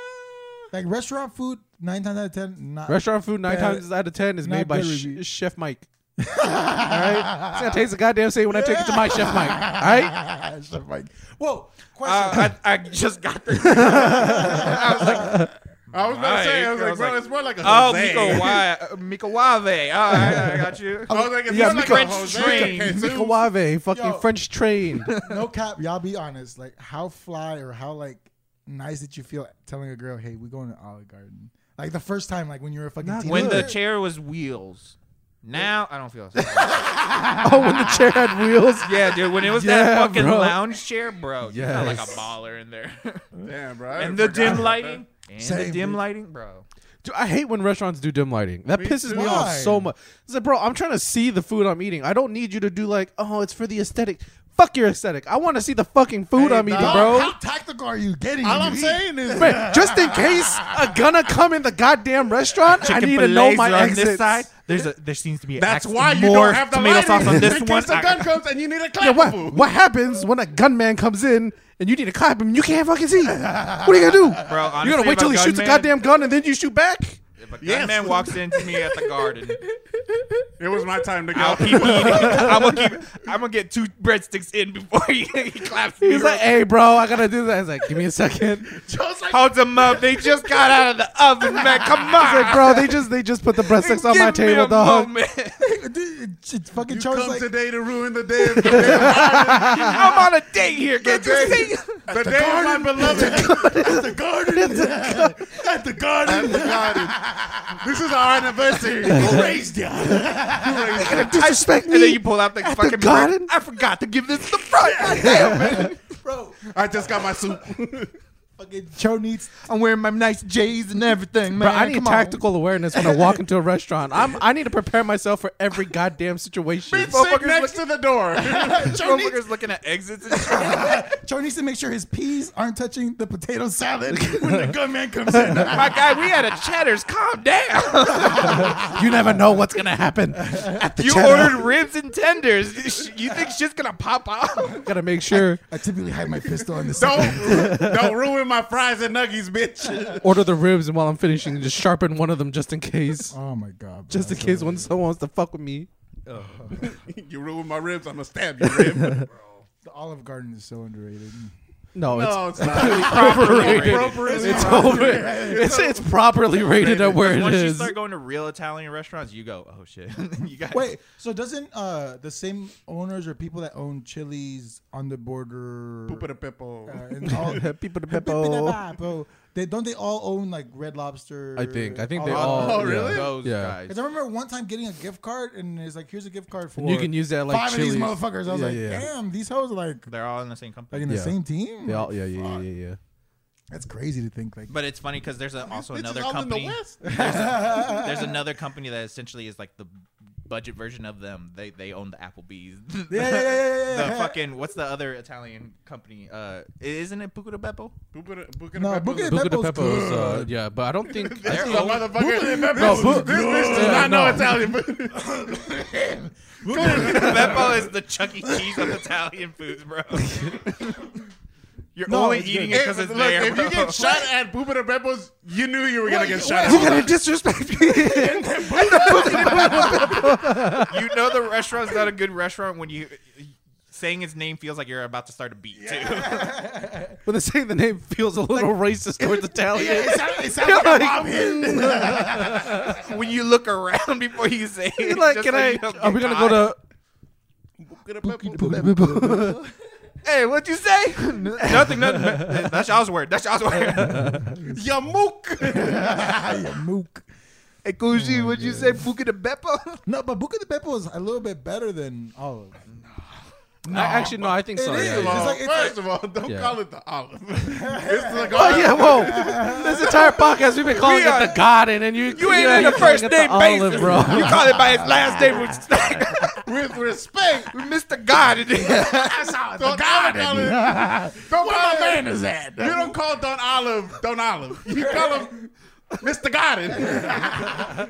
Like restaurant food, nine times out of ten, not Restaurant food nine Yeah. times out of ten is made Not by good sh- review. Chef Mike. All right, it's gonna taste the goddamn same when I take it to my Chef Mike. All right, Stuff like, whoa, question. Uh, I, I just got this. I was like, I was about to say, I was Mike, I like, was bro, like, it's more like a oh, Jose. Miko Wa- Miko Wave. All right, I got you. I was like, it's Yeah, more like a French Jose. train. Jesus. Mikawave, fucking Yo. French train. no cap, y'all be honest. Like, how fly or how like nice did you feel telling a girl, "Hey, we're going to Olive Garden"? Like the first time, like when you were a fucking Not teenager. When the Good. chair was wheels. Now I don't feel. oh, when the chair had wheels. yeah, dude. When it was that Yeah, fucking bro. lounge chair, bro, you felt like a Yes. baller in there. Damn, bro. I and the forgot dim about lighting. And the Same, dim dude. lighting, bro. Dude, I hate when restaurants do dim lighting. That Me pisses too. me off Why? so much. It's like, bro, I'm trying to see the food I'm eating. I don't need you to do like, oh, it's for the aesthetic. Fuck your aesthetic. I want to see the fucking food Hey, I'm eating, dog. Bro, bro. how tactical are you getting? that. All I'm dude? saying is, Man, just in case a gonna come in the goddamn restaurant, I need to know Chick-fil-A's my are on exits. this side. There's a there seems to be that's ax- why you more don't have the tomato lighting. sauce on this one. in case the I- gun comes and you need a Yeah, clap. what, what happens when a gunman comes in and you need to clap him? and You can't fucking see. What are you gonna bro, do? You're honestly, gonna wait if till he a shoots a gunman- goddamn gun and then you shoot back? If a Yes. gunman walks into me at the garden, It was my time to I'll go. keep eating. I'm gonna keep. I'm gonna get two breadsticks in before he, he claps me. He's like, hey, bro, I gotta do that. He's like, give me a second. He's Hold them up. They just got out of the oven, man. Come on. like, bro, they just they just put the breadsticks on Give my me table, a dog. moment. Dude, it's- it's fucking You Charles come like, today to ruin the day of the day. I'm on a date here. Can't you day- see? The day of my beloved. at the garden. At the garden. This is our anniversary. raised you. disrespect And then me. you pull out the at the fucking brick. garden? I forgot to give this to the front. God damn it. Bro, I just got my soup. fucking Cho needs. I'm wearing my nice J's and everything, Bro, man. I need Come tactical awareness when I walk into a restaurant. I'm I need to prepare myself for every goddamn situation. Motherfuckers Sit next to the door. On. Motherfuckers looking at exits and shit. Cho needs to make sure his peas aren't touching the potato salad. when the gunman comes in. My guy, we had a Cheddar's. Calm down. You never know what's gonna happen. At the You cheddar. ordered ribs and tenders. You think shit's gonna pop off? Gotta make sure. I typically hide my pistol on the side. Don't don't ruin my fries and nuggies, bitch. Order the ribs, and while I'm finishing, just sharpen one of them just in case. Oh my god. Just in case when someone wants to fuck with me. You ruin my ribs, I'm gonna stab your rib. The Olive Garden is so underrated. No, No, it's not. it's Appropriate. It's over. It's, it's properly rated at where it Once you is. start going to real Italian restaurants, you go, oh shit. you got Wait, so doesn't uh the same owners or people that own Chili's on the border Poopa the Pippo. uh, and all- People to Pippo, they don't they all own like Red Lobster? I think- I think all they that? all- Oh, really? those Yeah. guys. Because I remember one time getting a gift card and it's like, here's a gift card for You can use that like five Chili's. of these motherfuckers. I was Yeah, like, yeah. damn, these hoes are like They're all in the same like company. in the Yeah. same team. They all- yeah, yeah, yeah, yeah, yeah. That's crazy to think like. But it's funny because there's a, also Bitches another all in the company. West. There's another company that essentially is like the budget version of them. They they own the Applebee's. yeah, yeah, yeah, yeah, yeah. the fucking what's the other Italian company? Uh, isn't it Buco de Beppo? Poopa the- Poopa the No, Pippo's Poopa a- the- Buca de Peppo's Peppo's, uh, yeah, but I don't think. They're This is a owned- motherfucker. No, This Poopa- this bitch does Yeah, not know no. Italian. but- Beppo is the Chuck E. Cheese of Italian foods, bro. You're No, only it's eating good. it because it's Look, there. if bro. you get shot at Poopa the Peppo's, you knew you were gonna get shot wait, at. gotta disrespect me. you know the restaurant's not a good restaurant when you saying its name feels like you're about to start a beat too. when they say the name feels a little racist towards Italian. it sounds, it sounds like, a mob hit. when you look around before you say You're it, like, just can so I? you don't Are get we gonna caught. go Poopa to? Hey, what'd you say? nothing, nothing. uh, That's y'all's word. That's y'all's word. Yamook. You mook. hey, Koji, what'd you say? Buca de Beppo? No, but Buca de Beppo is a little bit better than oh, Olive. No, actually, no. I think so. is. yeah, It's yeah. like- it's First of all, don't Yeah. call it the olive. It's like Oh yeah, whoa! This entire podcast we've been calling We are- it the Garden, and you You ain't yeah, in the you're first calling name it the basis, olive, bro. bro. You call it by its last name, which is with respect. Mr. God. it is. Don't call it olive. Don't call my man is that. You don't call Don Olive Don Olive. You call him Mr. Garden.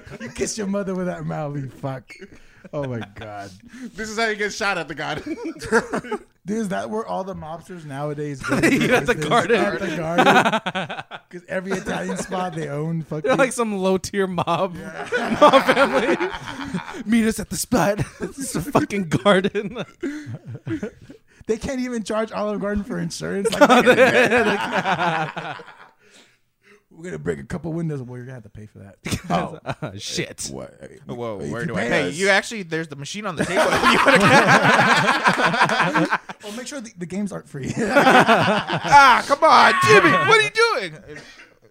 You kiss your mother with that mouth, you fuck. Oh my god. This is how you get shot at the garden. Dude, is that where all the mobsters nowadays go? You at the Is garden. At the garden. Because every Italian spot they own, fucking. They're like some low tier mob, mob family. Meet us at the spot. It's a fucking garden. They can't even charge Olive Garden for insurance. Like, we're gonna break a couple windows. Well, you're gonna have to pay for that. Oh uh, shit! What? Whoa, If where you do I pay pay? us- You actually, there's the machine on the table. You wanna- Well, make sure the, the games aren't free. ah, come on, Jimmy, what are you doing?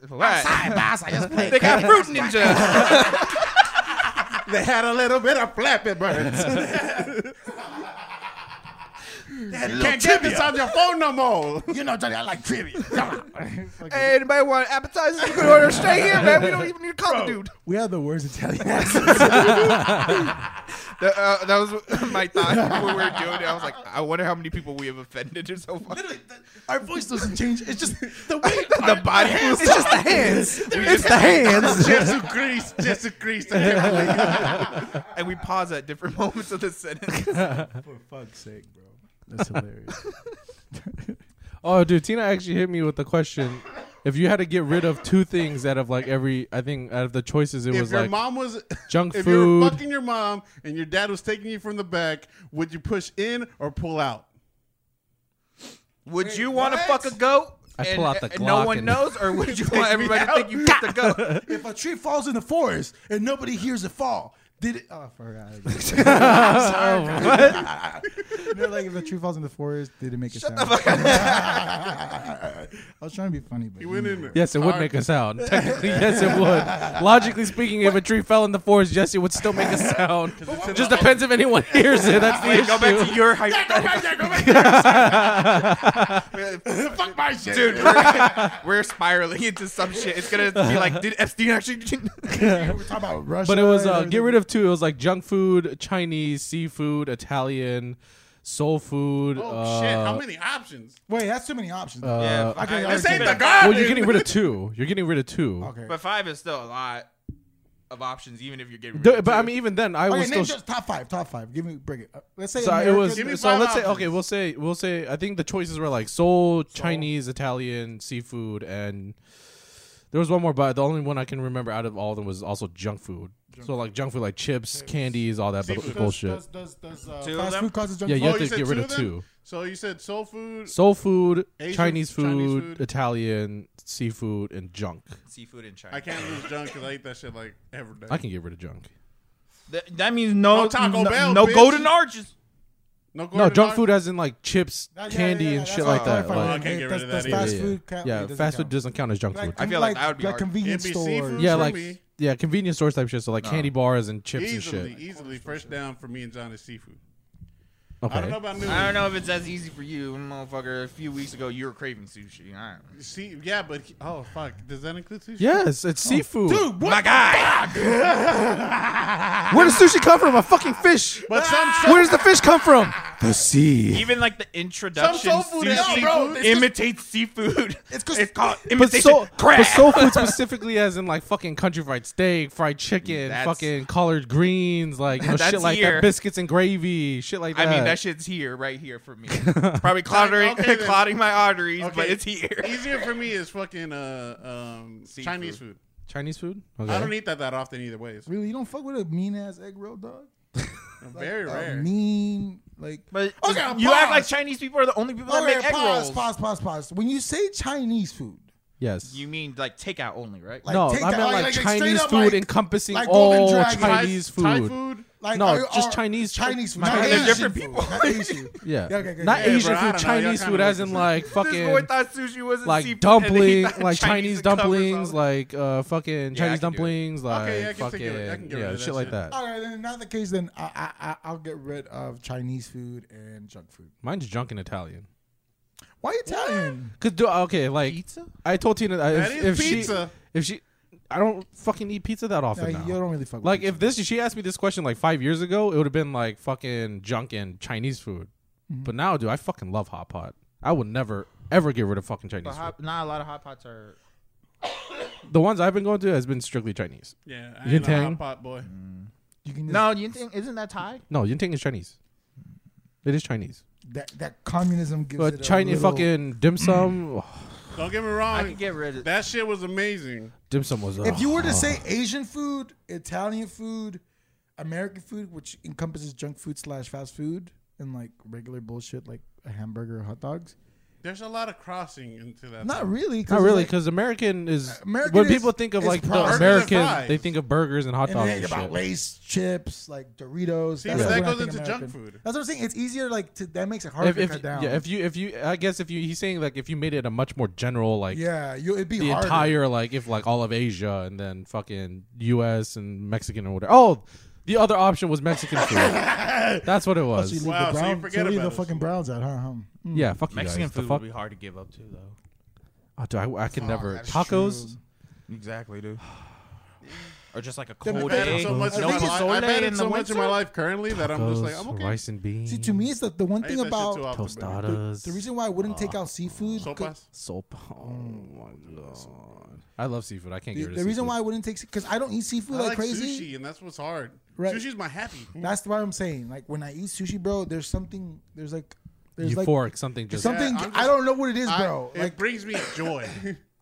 What? boss. I just played. They got fruit ninja. they had a little bit of flappy birds. you can't get this on your phone no more. You know, Johnny, I like trivia. Come on. hey, anybody want appetizers? You can order straight here, man. We don't even need to call the dude. we have the worst Italian accents. That, uh, that was my thought when we were doing it. I was like, I wonder how many people we have offended so far. Our voice doesn't change. It's just the way. the body. It's just the hands. It's the hands. Jesus Christ, Jesus Christ. I can't believe and we pause at different moments of the sentence. For fuck's sake, bro. That's hilarious. Oh, dude, Tina actually hit me with the question. if you had to get rid of two things out of like every, I think out of the choices, it if was your like mom was junk if you were food. fucking your mom and your dad was taking you from the back, would you push in or pull out? Would you want to what? fuck a goat? I and- pull out the and No Glock one and- knows, or would you Take want me everybody to out. think you fucked a goat? if a tree falls in the forest and nobody hears it fall, did it? Oh, I forgot. Oh, you know, like if a tree falls in the forest, did it make a sound? I was trying to be funny, but He went in. Yes, it would hard. make a sound. Technically, yes, it would. Logically speaking, if a tree fell in the forest, yes, it would still make a sound. Just depends if anyone hears it. That's the Wait, go issue. back to your hypothetical. Fuck my shit, Dude, we're, we're spiraling into some shit. It's gonna be like, did Epstein actually? We're talking about Russia. But it was and uh, everything. get rid of two. It was like junk food, Chinese, seafood, Italian, soul food. Oh uh, shit! How many options? Wait, that's too many options. Yeah, I can I- already this Let's This ain't get keep the it. garden. Well, you're getting rid of two. You're getting rid of two. Okay. But five is still a lot of options, even if you're getting. Rid Th- of but two. I mean, even then, I okay, was name still. just top five. Top five. Give me, bring it. Uh, let's say so it America- was. Give me So five let's say options. okay. We'll say we'll say. I think the choices were like soul, Chinese, Italian, seafood, and there was one more. But the only one I can remember out of all of them was also junk food. so like junk food, like chips, candies, all that bu- Seafood. bullshit. Does, does, does, uh, Two of fast them? food causes junk yeah, food. you have Oh, you to said get rid two of of them? two. So you said soul food. soul food, Asian- Chinese, food, Chinese food. Italian, seafood, and junk. seafood in China. I can't lose junk because I eat that shit like every day. I can get rid of junk. Th- that means no No Taco no, Bell, no bitch. golden arches. No, No, Gordon junk Ramsay? food as in like chips, Yeah, yeah, yeah, candy, yeah, and that's shit what I like that. thought. Oh, I Like, can't get Does- rid of does that fast either. food count? yeah, It doesn't fast food count. doesn't count as junk food. I feel like that would be like hard. convenience It'd be store. seafood. yeah, for like me. yeah, convenience store type shit. So like candy bars and chips Easily, and shit. easily, first down for me and John is seafood. I don't know Okay. about new. I don't know if it's as easy for you, motherfucker. A few weeks ago, you were craving sushi. I don't know. See, yeah, but he- oh fuck, does that include sushi? Yes, it's seafood. Dude, what? My guy. Where does sushi come from? A fucking fish. but some Ah. Where does the fish come from? The sea. Even like the introduction, Some soul food is sushi bro, food it's just- imitates seafood. It's, 'cause- called But imitation soul, crab. but soul food specifically, as in like fucking country fried steak, fried chicken, That's- fucking collard greens, like you know, That's shit like here. that, biscuits and gravy, shit like I that. mean, that shit's here, right here for me. It's probably clottering, Okay, then. clotting my arteries, but Okay. it's here. easier for me is fucking uh um Seafood. Chinese food. Chinese food. I e- don't eat that that often either ways. Really, you don't fuck with a mean ass egg roll, dog. Very Uh, A rare. mean, like. But Okay, you act pause. like Chinese people are the only people that Okay, make egg pause, rolls. pause, pause, pause. When you say Chinese food, Yes. You mean like takeout only, right? Like, no, I take meant that- like, like- like straight Chinese up, food like- encompassing like Golden all Dragon. Chinese food. Thai food. like No, are- just are- Chinese- Chinese food, Chinese- not They're Asian different food, people. not Asian. Yeah. Okay, okay, Not okay. Yeah, Asian bro, I don't know. food, Y'all Chinese kinda food as look in like This boy fucking thought sushi was like dumpling, like Chinese dumplings, like uh fucking Yeah, I Chinese can do it. dumplings, like Okay, yeah, I can fucking figure it- I can get rid yeah, of that shit like shit. that. All right, then if not the case. Then I, I, I, I'll get rid of Chinese food and junk food. Mine's junk in Italian. Why Italian? Cause do, okay, like pizza. I told Tina I- That if, is if pizza. she if she I don't fucking eat pizza that Yeah, often you now. don't really fuck. Like with if this she asked me this question like five years ago, it would have been like fucking junk and Chinese food. Mm-hmm. But now, dude, I fucking love hot pot. I would never ever get rid of fucking Chinese food. not a lot of hot pots are. The ones I've been going to has been strictly Chinese. Yeah, I Yin ain't a Tang. hot pot boy. you can just, No, you think isn't that Thai? No, Yinting is Chinese. It is Chinese. that that communism gives But it a Chinese little- fucking dim sum, oh, Don't get me I wrong. could get rid of. That shit was amazing. dim sum was. If you were to say Asian food, Italian food, American food, which encompasses junk food slash fast food and like regular bullshit like a hamburger or hot dogs, There's a lot of crossing into that. not really. 'cause not it's really, like- Uh, because American is American when is- people think of is like the processed American, fries. they think of burgers and hot and dogs they and think about shit. lace chips, like Doritos. See, That's but that like when I goes think into junk American. food. That's what I'm saying. It's easier. Like to, that makes it harder If, to if, cut down. yeah, if you if you I guess if you he's saying like if you made it a much more general like yeah, you, it'd be the harder. entire like if like all of Asia and then fucking U.S. and Mexican or whatever. Oh, the other option was Mexican food. That's what it Oh, so was. you leave Wow, the so you brown, forget so you leave about the us. fucking browns out, huh? huh? Mm. Yeah, fuck you Mexican guys. The food fuck? would be hard to give up too, though. Oh, dude, I, I could never that's tacos. true. Exactly, dude. or just like a Then cold I've had egg. it so much, in no my, life. sole I've had in it so the much in my winter. life currently that I'm just like, I'm okay. rice and beans. See, to me, it's the, the one I thing eat that shit about too often, baby. tostadas, The reason why I wouldn't take out seafood. Sopas. soap. Oh my god, I love seafood. I can't Mm. The, get rid the of reason seafood. why I wouldn't take because I don't eat seafood I like, like crazy. sushi, and that's what's hard. Right. Sushi's my happy. That's why I'm saying like when I eat sushi, bro. There's something. There's like. There's euphoric something like just something. Yeah, I'm I just- don't know what it is, I- bro. it like brings me joy.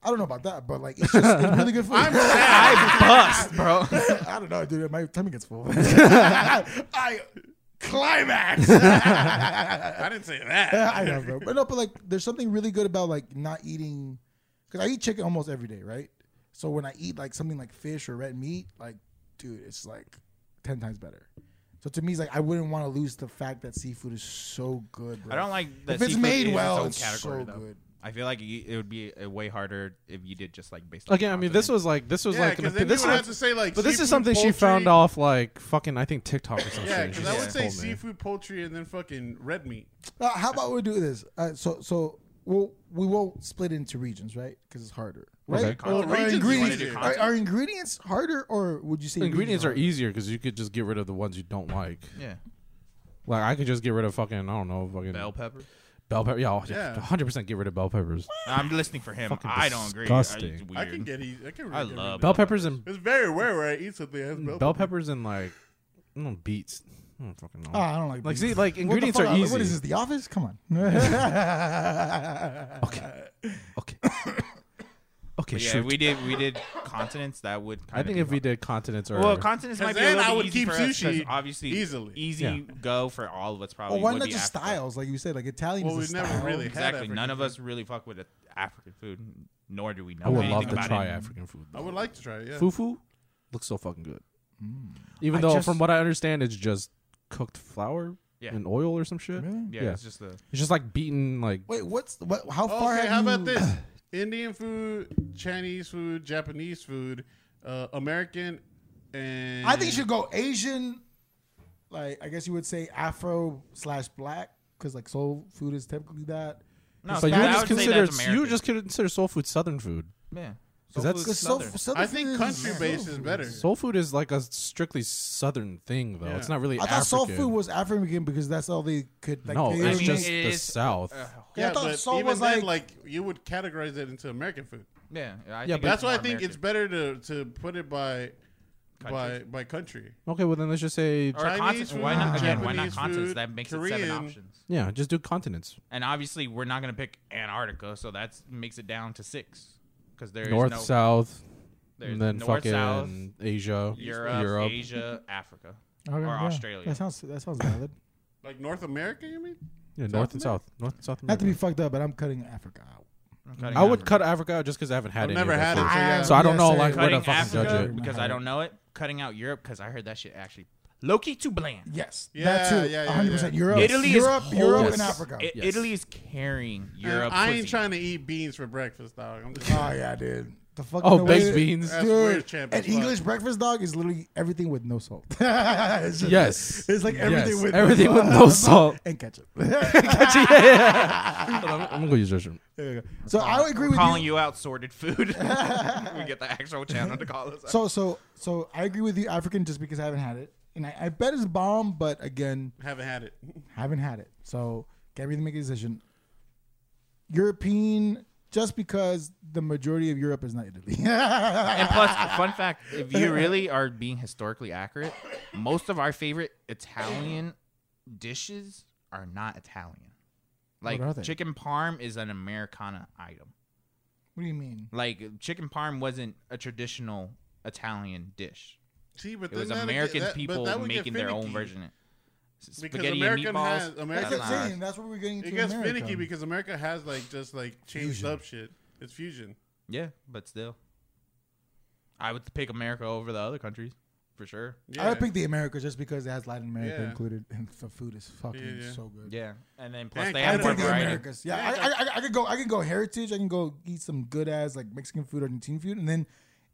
I don't know about that, but like it's just it's really good food. I'm I bust, bro. I don't know, dude. My tummy gets full. I climax. I didn't say that. I know, bro. But no, but like, there's something really good about like not eating, because I eat chicken almost every day, right? So when I eat like something like fish or red meat, like, dude, it's like ten times better. So to me, it's like I wouldn't want to lose the fact that seafood is so good. Bro. I don't like that If it's seafood made is its well, own it's category, so though. good. I feel like you, it would be uh, way harder if you did just like based. on Again, I mean, this confidence. was like this was Yeah, like an 'cause opi- then this you would was- have to say like. but this seafood, is something she found poultry. off like fucking I think TikTok or something. Yeah, because I would say told me. seafood, poultry, and then fucking red meat. Uh, how about we do this? Uh, so so we'll, we won't split into regions, right? Because it's harder. Right? Okay. Or- Well, or regions you ingredients- wanna do are, are ingredients harder, or would you say Ingredients are harder? easier because you could just get rid of the ones you don't like. yeah, Like I could just get rid of fucking I don't know fucking bell pepper. bell pepper. Yeah, yeah, Yeah. hundred percent get rid of bell peppers. I'm listening for him. Fucking I don't agree. disgusting. I, it's I weird. can get easy. I can. Really I get love rid of Bell peppers and it. It's very rare where I eat something that has bell, bell pepper. peppers and like I don't know, beets. I don't fucking know. Oh, I don't like. Like, beans. see, like, What the ingredients fuck? are What easy. is this? The Office? Come on. okay, okay, okay. But yeah, shoot. if we did we did continents. That would. Kind I think if we did continents or well, continents might be a then little I bit would easy keep for us, 'cause sushi obviously easily. easy Yeah. go for all of us probably. Well, why would not be just Africa. styles, like you said, like Italian? Well, is a we've never style. really had Exactly. African None of food. us really fuck with uh, African food, nor do we know. I would anything love to about try it. African food. I would like to try. it, Yeah. Fufu looks so fucking good. Mm. Even I though, just- from what I understand, it's just cooked flour Yeah. and oil or some shit. Really? Yeah, Yeah. it's just the It's just like beaten like Wait, what's what? How far? Okay, have how you- about this? Indian food, Chinese food, Japanese food, uh, American, and I think you should go Asian. Like, I guess you would say Afro slash Black, because like soul food is typically that. no. But you would just I would say that's consider you American. would just consider soul food southern food. yeah. Because Soul that's- Because food's soul, southern. southern I think food country based soul is food. better. Soul food is like a strictly southern thing though. Yeah. It's not really. I thought African. soul food was African because that's all they could. Like, no, they it's only- just it the is- south. Uh, Yeah, I thought but soul even was then, like- you would categorize it into American food. yeah, I Yeah, think but- it's That's why I more think it's American. better to, to put it by by Countries. by country. okay, well then let's just say Or a Chinese continent. Why food, not? Again, why not Japanese continents? food, That makes it Korean. seven options. yeah, just do continents. And obviously, we're not going to pick Antarctica, so that makes it down to six. Because there's north, no, south, there's and then north, fucking south, Asia, Europe, Europe. Asia, Africa, Okay, or yeah. Australia. That sounds that sounds valid. Like North America, you mean? Yeah, South north and America? south, north and south. Not to be America. fucked up, but I'm cutting Africa out. I'm cutting I would Africa. cut Africa out just because I haven't had I've it. never had it. So, yeah. So I don't Yeah, know, same. like, where cutting to fucking judge Africa it. because I don't know it. Cutting out Europe because I heard that shit actually low key too bland. Yes. Yeah, that too. yeah, yeah, 100% yeah. Europe. Italy is Europe, Europe whole- and Africa. I- Yes. Italy is carrying Europe. I ain't cuisine. trying to eat beans for breakfast, dog. I'm just oh yeah, dude. The fucking Oh, the baked way- beans. That's weird, Dude, champ, an as fuck. English breakfast dog is literally everything with no salt. It's just- Yes. it's like everything Yes. with Everything with no salt. and ketchup. Hold on, I'm, I'm gonna go use this room. so I would agree We're with calling you. you out, sorted food. we get the actual channel to call us. out. So so so I agree with you, African, just because I haven't had it, and I, I bet it's bomb, but again, haven't had it. haven't had it. So can't really make a decision. European, just because the majority of Europe is not Italy. And plus, fun fact: if you really are being historically accurate, most of our favorite Italian dishes are not Italian. Like What are they? chicken parm is an Americana item. what do you mean? Like chicken parm wasn't a traditional Italian dish. See, but It then was that'd American get, that, people but that would get making their own finicky. version. of it. S- Because Spaghetti American and meatballs. has- That's, American that's what not I'm ours. saying. That's what we're getting. It to gets America. finicky because America has like just like changed Fusion. up shit. It's fusion. Yeah, but still, I would pick America over the other countries for sure. Yeah. I would pick the Americas just because it has Latin America Yeah. included, and the food is fucking Yeah, yeah. so good. Yeah, and then plus And they I I would have more take the variety. Americas. Yeah, I, I, I, I could go. I could go heritage. I can go eat some good ass like Mexican food, Argentine food, and then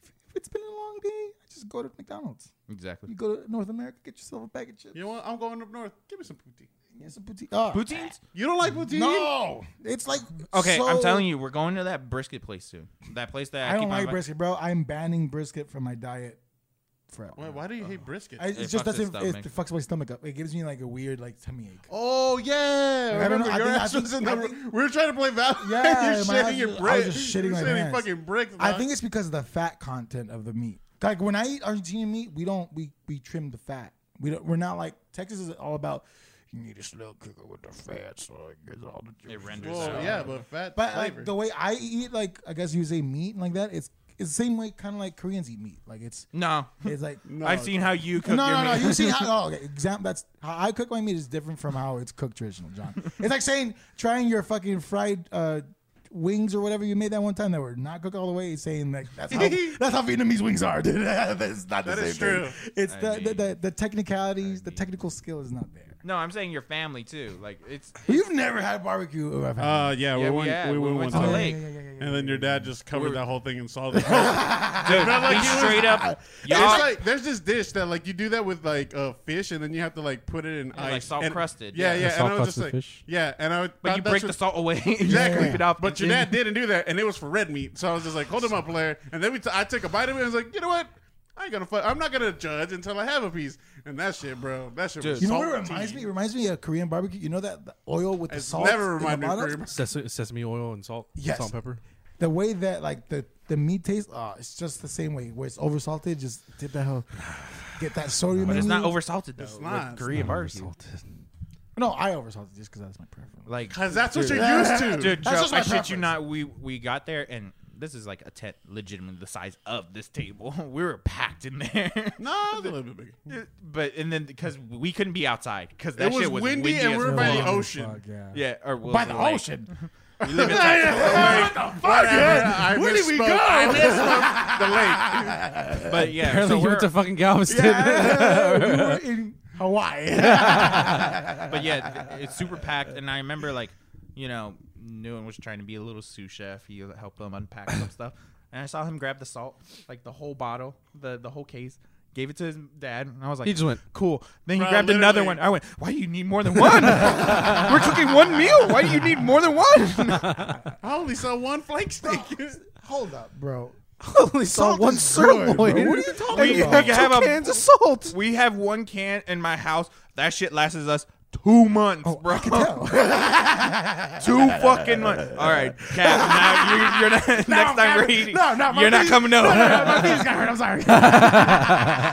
if, if it's been a long day, I just go to McDonald's. Exactly. You go to North America, get yourself a bag of chips. You know what? I'm going up north. Give me some poutine. Get some poutine. Ah, Poutines? You don't like poutine? No, it's like Okay, I'm so- telling you, we're going to that brisket place soon. That place that I, I keep don't on like about- brisket, bro. I'm banning brisket from my diet forever. Why, why do you hate brisket? I, it's It just fucks doesn't. his It, stomach. it fucks my stomach up. It gives me like a weird like tummy ache. oh yeah, I don't know. remember I your think- I ass think- was in I the. think- we were trying to play Valorant. Yeah, you're my ass shitting your was- bricks. I was just shitting you're my shitting pants. fucking bricks. I dog. think it's because of the fat content of the meat. Like when I eat Argentinian meat, we don't we we trim the fat. We don't. We're not like Texas is all about. you need a slow cooker with the fat, so it gets all the juices. It renders Well, out. yeah, but fat But flavor. like the way I eat, like I guess you say meat and like that, it's it's the same way kind of like Koreans eat meat. Like it's No. it's like No, I've seen how you no cook your no no. meat. You see how oh, okay, example that's how I cook my meat is different from how it's cooked traditional, John. It's like saying trying your fucking fried. uh Wings or whatever you made that one time that were not cooked all the way, saying like that's how that's how Vietnamese wings are. Dude. that's not the That same is thing. It's I the, the, mean- the the technicalities, the technical skill is not there. No, I'm saying your family too. Like it's You've never had barbecue. Oh, I've had Uh, yeah, Yeah, we we went, had- we we went, went one to time. the lake. And then your dad just covered We're- that whole thing in salt. Dude, not he straight up. Y'all, It's like there's this dish that like you do that with like uh, fish, and then you have to like put it in Yeah, ice, like salt and, crusted, Yeah, yeah. yeah. The And I was just salt-crusted like, fish. yeah, and I. but you break the salt away. exactly. Yeah. it off. But your and dad didn't do that, and it was for red meat. So I was just like, hold him up, Blair. And then we t- I took a bite of it, and I was like, you know what? I ain't gonna. Fu- I'm not gonna judge until I have a piece. And that shit, bro. That shit. Was Dude. You know salt what it reminds tea. me? It reminds me of Korean barbecue. You know that the oil with the It's salt. never in the reminded me of bottom? Korean Ses- sesame oil and salt, Yes. salt and pepper. The way that like the the meat tastes, oh, it's just the same way. Where it's oversalted, just dip that whole, get that sodium. But in it's not you. oversalted though. It's not. It's Korean barbecue. No, I oversalted just because that's my preference. Like Cause that's what dude, you're used to. Dude, That's Joe, just my I shit you preference. not. We we got there and this is like a tent, legitimately the size of this table. We were packed in there. No, it's a little bit bigger. But and then because we couldn't be outside because that It was shit was windy windy, and as we were by the fuck. ocean. Fuck, yeah. Yeah, or we'll By the like- ocean. We live in Texas. I Where did we misspoke. go? I misspoke the lake. but yeah, so Apparently, you went we're, to fucking Galveston. Yeah, we were in Hawaii. but yeah, it's super packed. And I remember like, you know, Nguyen was trying to be a little sous chef. He helped them unpack some stuff, and I saw him grab the salt, like the whole bottle, the the whole case. Gave it to his dad, and I was like, He just went, cool." Then he Bro, grabbed another literally- one. I went, "Why do you need more than one? We're cooking one meal. Why do you need more than one?" I only saw one flake steak. Hold up, bro. Holy salt, Salt one is good, sirloin. bro. What are you talking And you about? have You two have a- cans of salt. we have one can in my house. That shit lasts us two months, bro. two fucking months. All right, Cap. Now you're, you're not, next time I'm we're having- eating. no, no, my you're not feet- coming over. My knees got hurt. I'm sorry.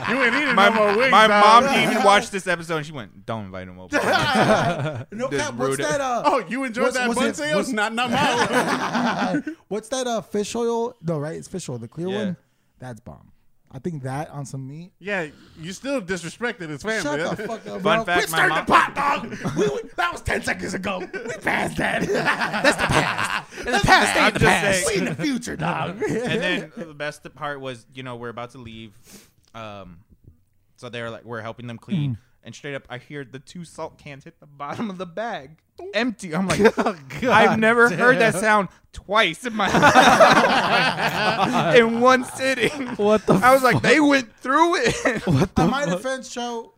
you ain't eating my no more wings. my mom dog. didn't even watch this episode. and She went, "Don't invite him over." no, Just Cap, brewed what's it. that? Uh, Oh, you enjoyed What's- that what's bun it- sale? what's- Not not mine. What's that uh fish oil? No, right? It's fish oil, the clear Yeah. one. That's bomb. I think that on some meat. yeah, you still disrespected his family. Shut the fuck up, Fun bro. fact, Quit my stirring mom- the pot, dog. We- we- that was ten seconds ago. We passed that. That's the past. In the past, I'm just saying. We in the future, dog. and then the best part was, you know, we're about to leave, um, so they're like, we're helping them clean, and straight up, I hear the two salt cans hit the bottom of the bag, empty. I'm like, I've never heard that sound twice in my in one sitting. What the? I was like, they went through it. what the? on my defense, show.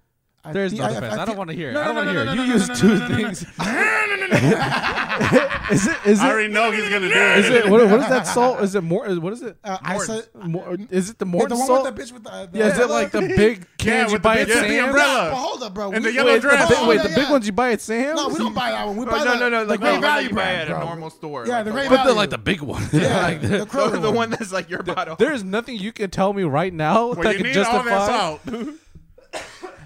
I There's think- no defense. I, don't think- want to hear. it. No, I no, don't want to no, hear. it. no, no, you no, use no, no, two no, no, no. things. is it? Is I it? already know he's gonna do it. Is it? What, what is that salt? Is it more? is- What is it? Uh, I said Mor- is it the the Morton one salt? with the bitch with the. Uh, the yeah, is it like the big cans you with the buy big- at yeah, the Sam's? umbrella. But hold up, bro. And we, the yellow Wait, the, dress. big- Oh, wait, yeah, the big yeah. ones you buy at Sam's? No, we don't buy that one. We buy Oh, no, the, no, no, the like Great the one Value you buy brand, at a bro. normal store. Yeah, like the the, Great But Value. they're like the big one. Yeah, Like, the the- Kroger the one that's like your bottle. there's nothing you can tell me right now Well, that you can need all justify. that salt.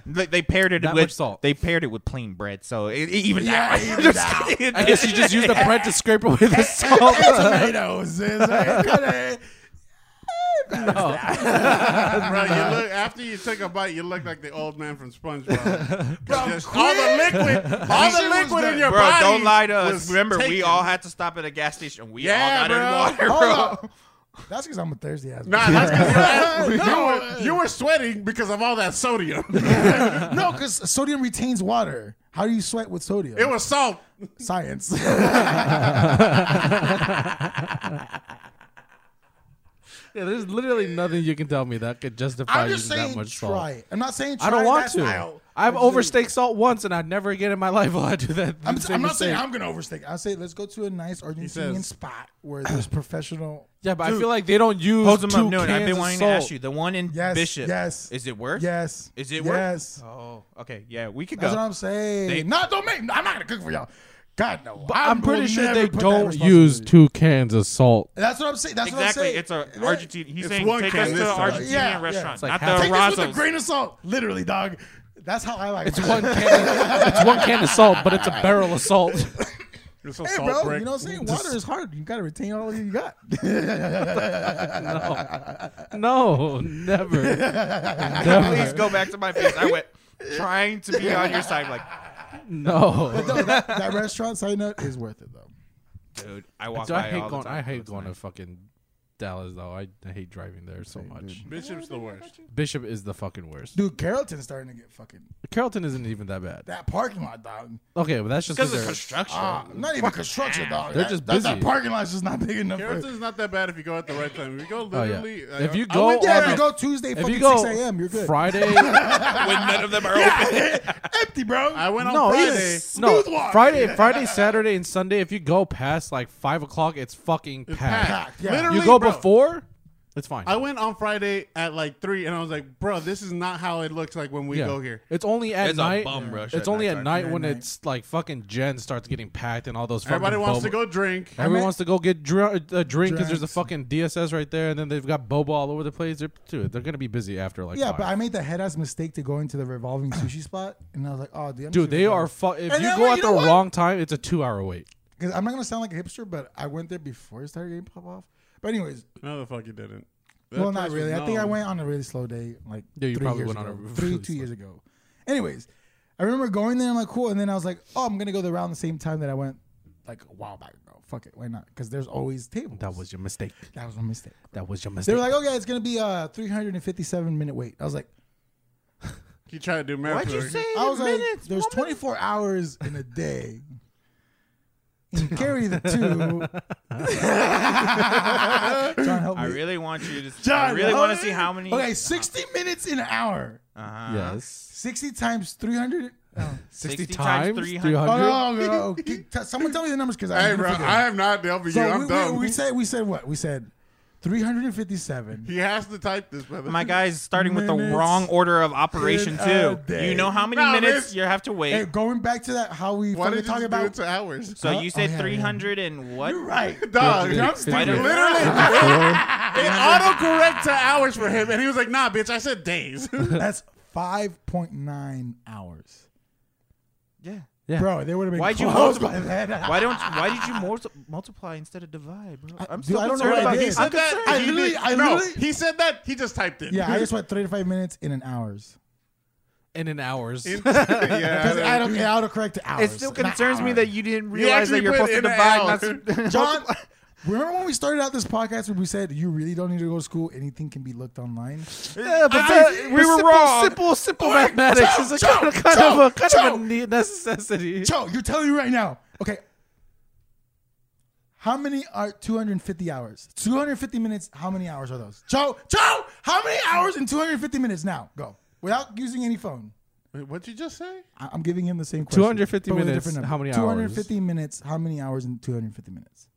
They, they paired it That with much salt. They paired it with plain bread, so it, it- even Yeah, that. even Just that. kidding. I guess you just use the bread to scrape away the salt. tomatoes. It's like, kinda- Bro, you look after you took a bite, you look like the old man from SpongeBob. Bro, Just all the liquid, all the shit was liquid in good. your bro, body. don't lie to was us. Remember, we taken. all had to stop at a gas station. We Yeah, all got bro. in Hold water, up. That's because I'm a thirsty ass. Nah, bitch. that's 'cause you, were, you were sweating because of all that sodium. no, because sodium retains water. How do you sweat with sodium? it was salt. science. Yeah, there's literally nothing you can tell me that could justify I'm just using saying that try. much salt. it. I'm not saying try I don't want that to. style. I've I'm just overstaked salt once, and I'd never again in my life will I do that. saying- I'm, same I'm not saying mistake. I'm gonna overstake. I say let's go to a nice Argentinian says- spot where there's professional. yeah, but I feel like they don't use Hold them two up. No, cans I've been of wanting salt. to ask you. The one in Yes, Bishop. yes. Is it worth? Yes. Is it worth? Yes. Oh, okay. Yeah, we could That's what go. I'm saying. They- no, don't make. I'm not gonna cook for y'all. God no. But I'm I pretty will sure never they put that don't responsibility. use two cans of salt. That's what I'm saying. That's Exactly. what I'm It's saying. a Argentine. He's It's saying one take can us to this an time. Argentinian Yeah, yeah. restaurant, It's like not half- the Take this with a Rozzos. grain of salt. Literally, dog. That's how I like. It's mine. one can. it's one can of salt, but it's a barrel of salt. It's a Hey, salt bro, brick. you know what I'm saying? Water is hard. You gotta retain all you got. No, never. Please never. go back to my face. I went trying to be on your side, like, No. No, that, that restaurant side note is worth it though. dude. I walk So by I hate all going. the time. I hate It's going to nice. fucking Dallas though. I, I hate driving there so much. Bishop's the worst. Bishop is the fucking worst. Dude, Carrollton's starting to get fucking Carrollton isn't even that bad. that parking lot dog. Okay, but that's just because of they're- construction. Ah, not even construction dog. They're That- just that- That busy. parking lot's just not big enough. for- Carrotson's not that bad if you go at the right time. If you go Oh, yeah. literally, I- If you I go went yeah, there if you at- go Tuesday if fucking you go six a.m., you're good. Friday, when none of them are open. Empty, bro. I went on no, Friday. it's- no, Smooth walk. Friday, Friday, Saturday, and Sunday. If you go past like five o'clock, it's fucking packed. packed. Yeah. Literally, You go bro, before, it's fine. I went on Friday at like three, and I was like, "Bro, this is not how it looks like when we Yeah. go here." It's only at It's a night. bum rush it's at only at nighttime. night when Midnight. it's like fucking Jen starts getting packed and all those. Fucking Everybody wants boba- to go drink. Everyone mean- wants to go get dr- uh, a drink because there's a Drinks. fucking DSS right there, and then they've got boba all over the place. They're dude, they're gonna be busy after like. yeah, five. but I made the head ass mistake to go into the revolving sushi spot, and I was like, oh, dude, I'm just dude, gonna they go. are. Fu- if And you then go what- at you the know what? wrong time, it's a two-hour wait. Because I'm not gonna sound like a hipster, but I went there before it started getting pop off. But anyways, No, the fuck you didn't. well, That not place was really. I think I known. went on a really slow day, like Yeah, you three probably years went on ago. a really three, slow- two years ago. Anyways, I remember going there. I'm like, cool. And then I was like, oh, I'm gonna go there around the same time that I went, like a while back ago. Fuck it, why not? Because there's always tables. That was your mistake. that was my mistake. That was your They mistake. were like, okay, it's gonna be a 357 minute wait. I was like, He tried to do marathon. What'd you say? I was like, Minutes, there's woman. 24 hours in a day. And carry the two. John, help me. I really want you Oh, to. I John, really how want to many- see how many. Okay, 60 minutes in an hour. Ah. Uh-huh. yes. 60 times 300. Oh, 60, 60 times times, 300. 300. oh no, no, no. Keep- t- Someone tell me the numbers because I Hey, bro, I am not helping you. so I'm we, dumb. we, we said we said what we said, 357. he has to type this, brother. My guy's starting with the Minutes wrong order of operation in a too. day. You know how many No, minutes this- you have to wait. Hey, going back to that, how we Why fucking did you talk do about. it to hours? so Huh? you Oh, said yeah, yeah. 300 and what? You're right. Dog, Dude, I'm why stupid. don't- Literally, it autocorrect to hours for him, and he was like, "Nah, bitch, I said days." That's 5.9 hours. Yeah. Yeah. Bro, they would have been Why'd you close multiply- by that. Why don't? Why did you multi- multiply instead of divide, bro? I- I'm dude, still I don't know concerned what I about did. this. I I'm concerned. I He literally- did- I no, literally- he said that. He just typed it. Yeah, I just went 35 minutes in an hours. And in hours. Because I yeah. don't get autocorrect to hours. It still not concerns me hour. that you didn't realize that actually you're supposed put to in an divide. hour. not s- John, remember when we started out this podcast when we said you really don't need to go to school, anything can be looked online? yeah, but I- that- we were simple, wrong. Simple, simple mathematics Joe, is a Joe, kind, of, kind Joe, of a kind Joe. of a ne- necessity. Joe, you're telling me right now. Okay. How many are 250 hours? 250 minutes, how many hours are those? Joe, Joe, how many hours in 250 minutes now? Go. Without using any phone. Wait, what'd you just say? I- I'm giving him the same question. 250 but with a minutes, different number. how many 250 minutes, how many hours in 250 minutes?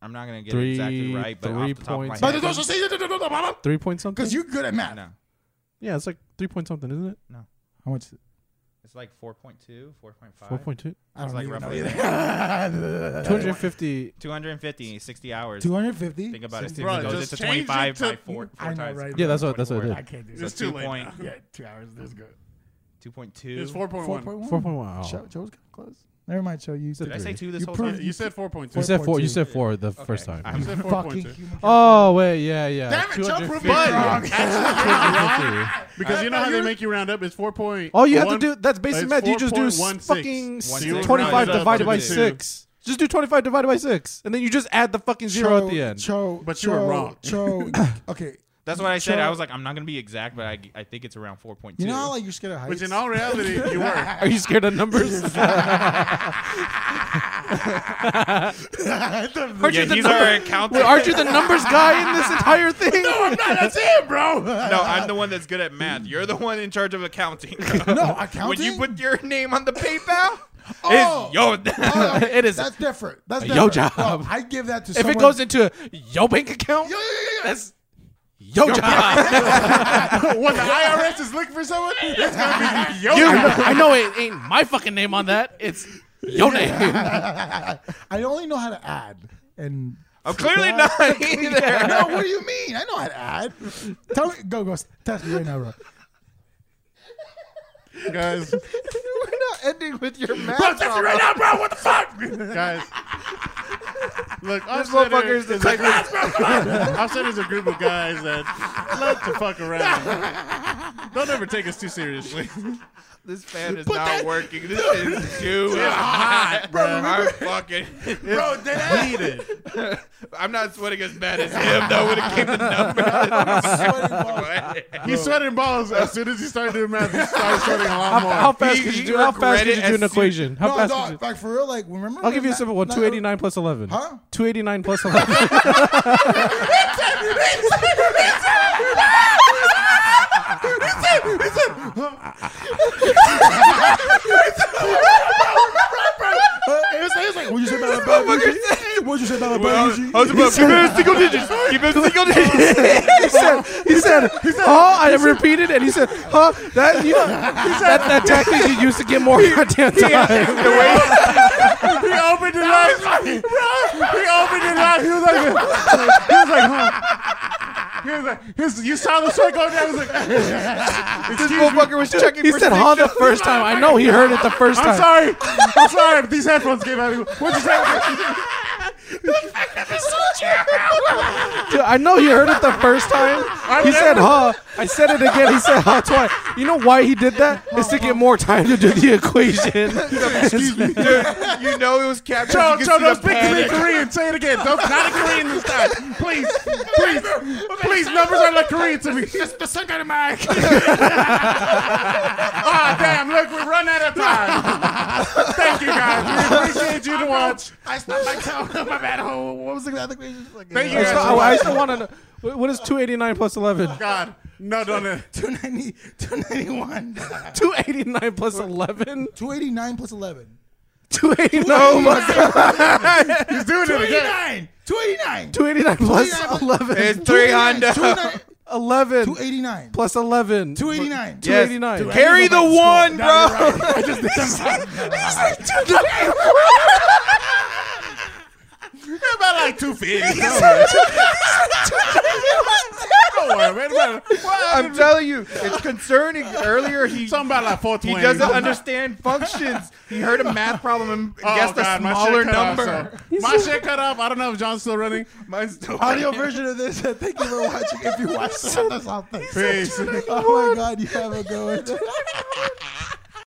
I'm not gonna get it Three- exactly right, but three off the top of my points. head, But those are say Three point something. because you're good at math. no, yeah, it's like three point something, isn't it? How much? it's like 4.2, 4.5. Four point two. I don't like even know roughly Two either. hundred fifty. 250, 60 hours. 250. Think about it. Sixty- It Bro, goes just into change it 25 by to- four, four I know, times. right? Yeah, that's what- that's what it I can't do So that. It's too two late point- now. Yeah, two hours. That's good. It's 2.2. four point one. 4.1. Four point one. oh. Joe, Joe's kind of close. Never mind, Joe. You Did Did I say two this You whole proved- time? You said four point two. You said four. You 4.2. said four the first time. You said four fucking point two. human. Oh wait, yeah, yeah. Damn it, Joe 250. proved me wrong. Because you know how You- they make you round up? It's four point. All you have one- to do that's basic it's math. You just do 4.16. fucking One s- six. twenty-five Round up divided to by two. six. Just do twenty-five divided by six, and then you just add the fucking zero at the end. Cho, But you were Cho- wrong. Cho, okay. That's what I said. Joe- I was like, I'm not gonna be exact, but I, I think it's around 4.2. You know how like you're scared of heights. Which in all reality, you were. Are you scared of numbers? yeah, he's our accountant. Wait, aren't you the numbers guy in this entire thing? that's him, bro. no, I'm the one that's good at math. You're the one in charge of accounting. no, When accounting. you put your name on the PayPal, Oh. it's your. Oh, okay, It is That's different. That's different. yo No, job. I give that to if someone. it goes into your bank account, Yo, yo, yo, yo, yo. that's yo job. When the IRS is looking for someone, it's gonna be yo. You, I know it ain't my fucking name on that. It's your name. I only know how to add. And I'm clearly not either. no, what do you mean? I know how to add. Tell me, go, go, test me right now, bro. guys, We're not ending with your Bro, math text me problem. right now, bro. What the fuck? guys. Look, This Offset motherfucker is, is the a type group, Offset is a group of guys that love to fuck around. Don't ever take us too seriously. This fan is not working. This is too hot, bro. I'm fucking. Bro, dead Need it. I'm not sweating as bad as him though. When it came to numbers, He's sweating balls as soon as he started doing math. He started sweating a lot How, more. how fast He- could you he do? How fast regretted could you do an as soon- equation? How No, fast? dog, could you, like for real, like remember? I'll when give you a Ma- simple one. like, Two eighty nine plus eleven. Huh? Two eighty nine plus eleven. It was, it was like, What'd you say about my biology? What'd you say about my biology? how's about keep him single digits? Keep him single digits. he said, he said, huh? I repeated it. He said, huh? That, you know, that, that tactic you used to get more goddamn time. he opened it up. He opened it up. He was like, he was like, huh? He was like, he was, you saw the sweat go down. He was like, This motherfucker was checking. He for said, signal. huh, the first time. I know he heard it the first I'm time. sorry. I'm sorry if these headphones came out. What'd you say? Dude, I know he heard it the first time. He said, huh. I said it again. He said, huh, twice. You know why he did that? It's to get more time to do the equation. Excuse me. Dude, you know it was captured. Cho, you Cho, could no, see speak the to me in panic. Korean. Say it again. Don't, not in Korean this time. Please. Please. Please, numbers are not Korean to me. Just the second of my. Ah, damn. Look, we run out of time. Thank you, guys. We appreciate you to watch. I stopped my count. My bad. Oh, what was the math equation? Like, Thank you I guys. still, for I, I watching. still want to know. wh- What is 289 plus 11? God. No, don't. 290, 291. 289 plus 11? 289 plus 11. 289. Oh my God. He's doing it again. 289. 289. 289 plus 11. It's three hundred. 11 289. plus 11. 289. Yeah. 289. Yes. Carry the one, bro. I just did About like 250. Don't worry, man. About- Well, I'm telling you, it's concerning. Earlier he Something about like He 420. doesn't understand functions. He heard a math problem and Oh, guessed God, a my shit smaller cut off, number. so- my shit cut off. I don't know if John's still running. Mine's still Audio version of this. uh, Thank you for watching. If you watched this, I'll thank you. Peace. Oh my God, you have a good one.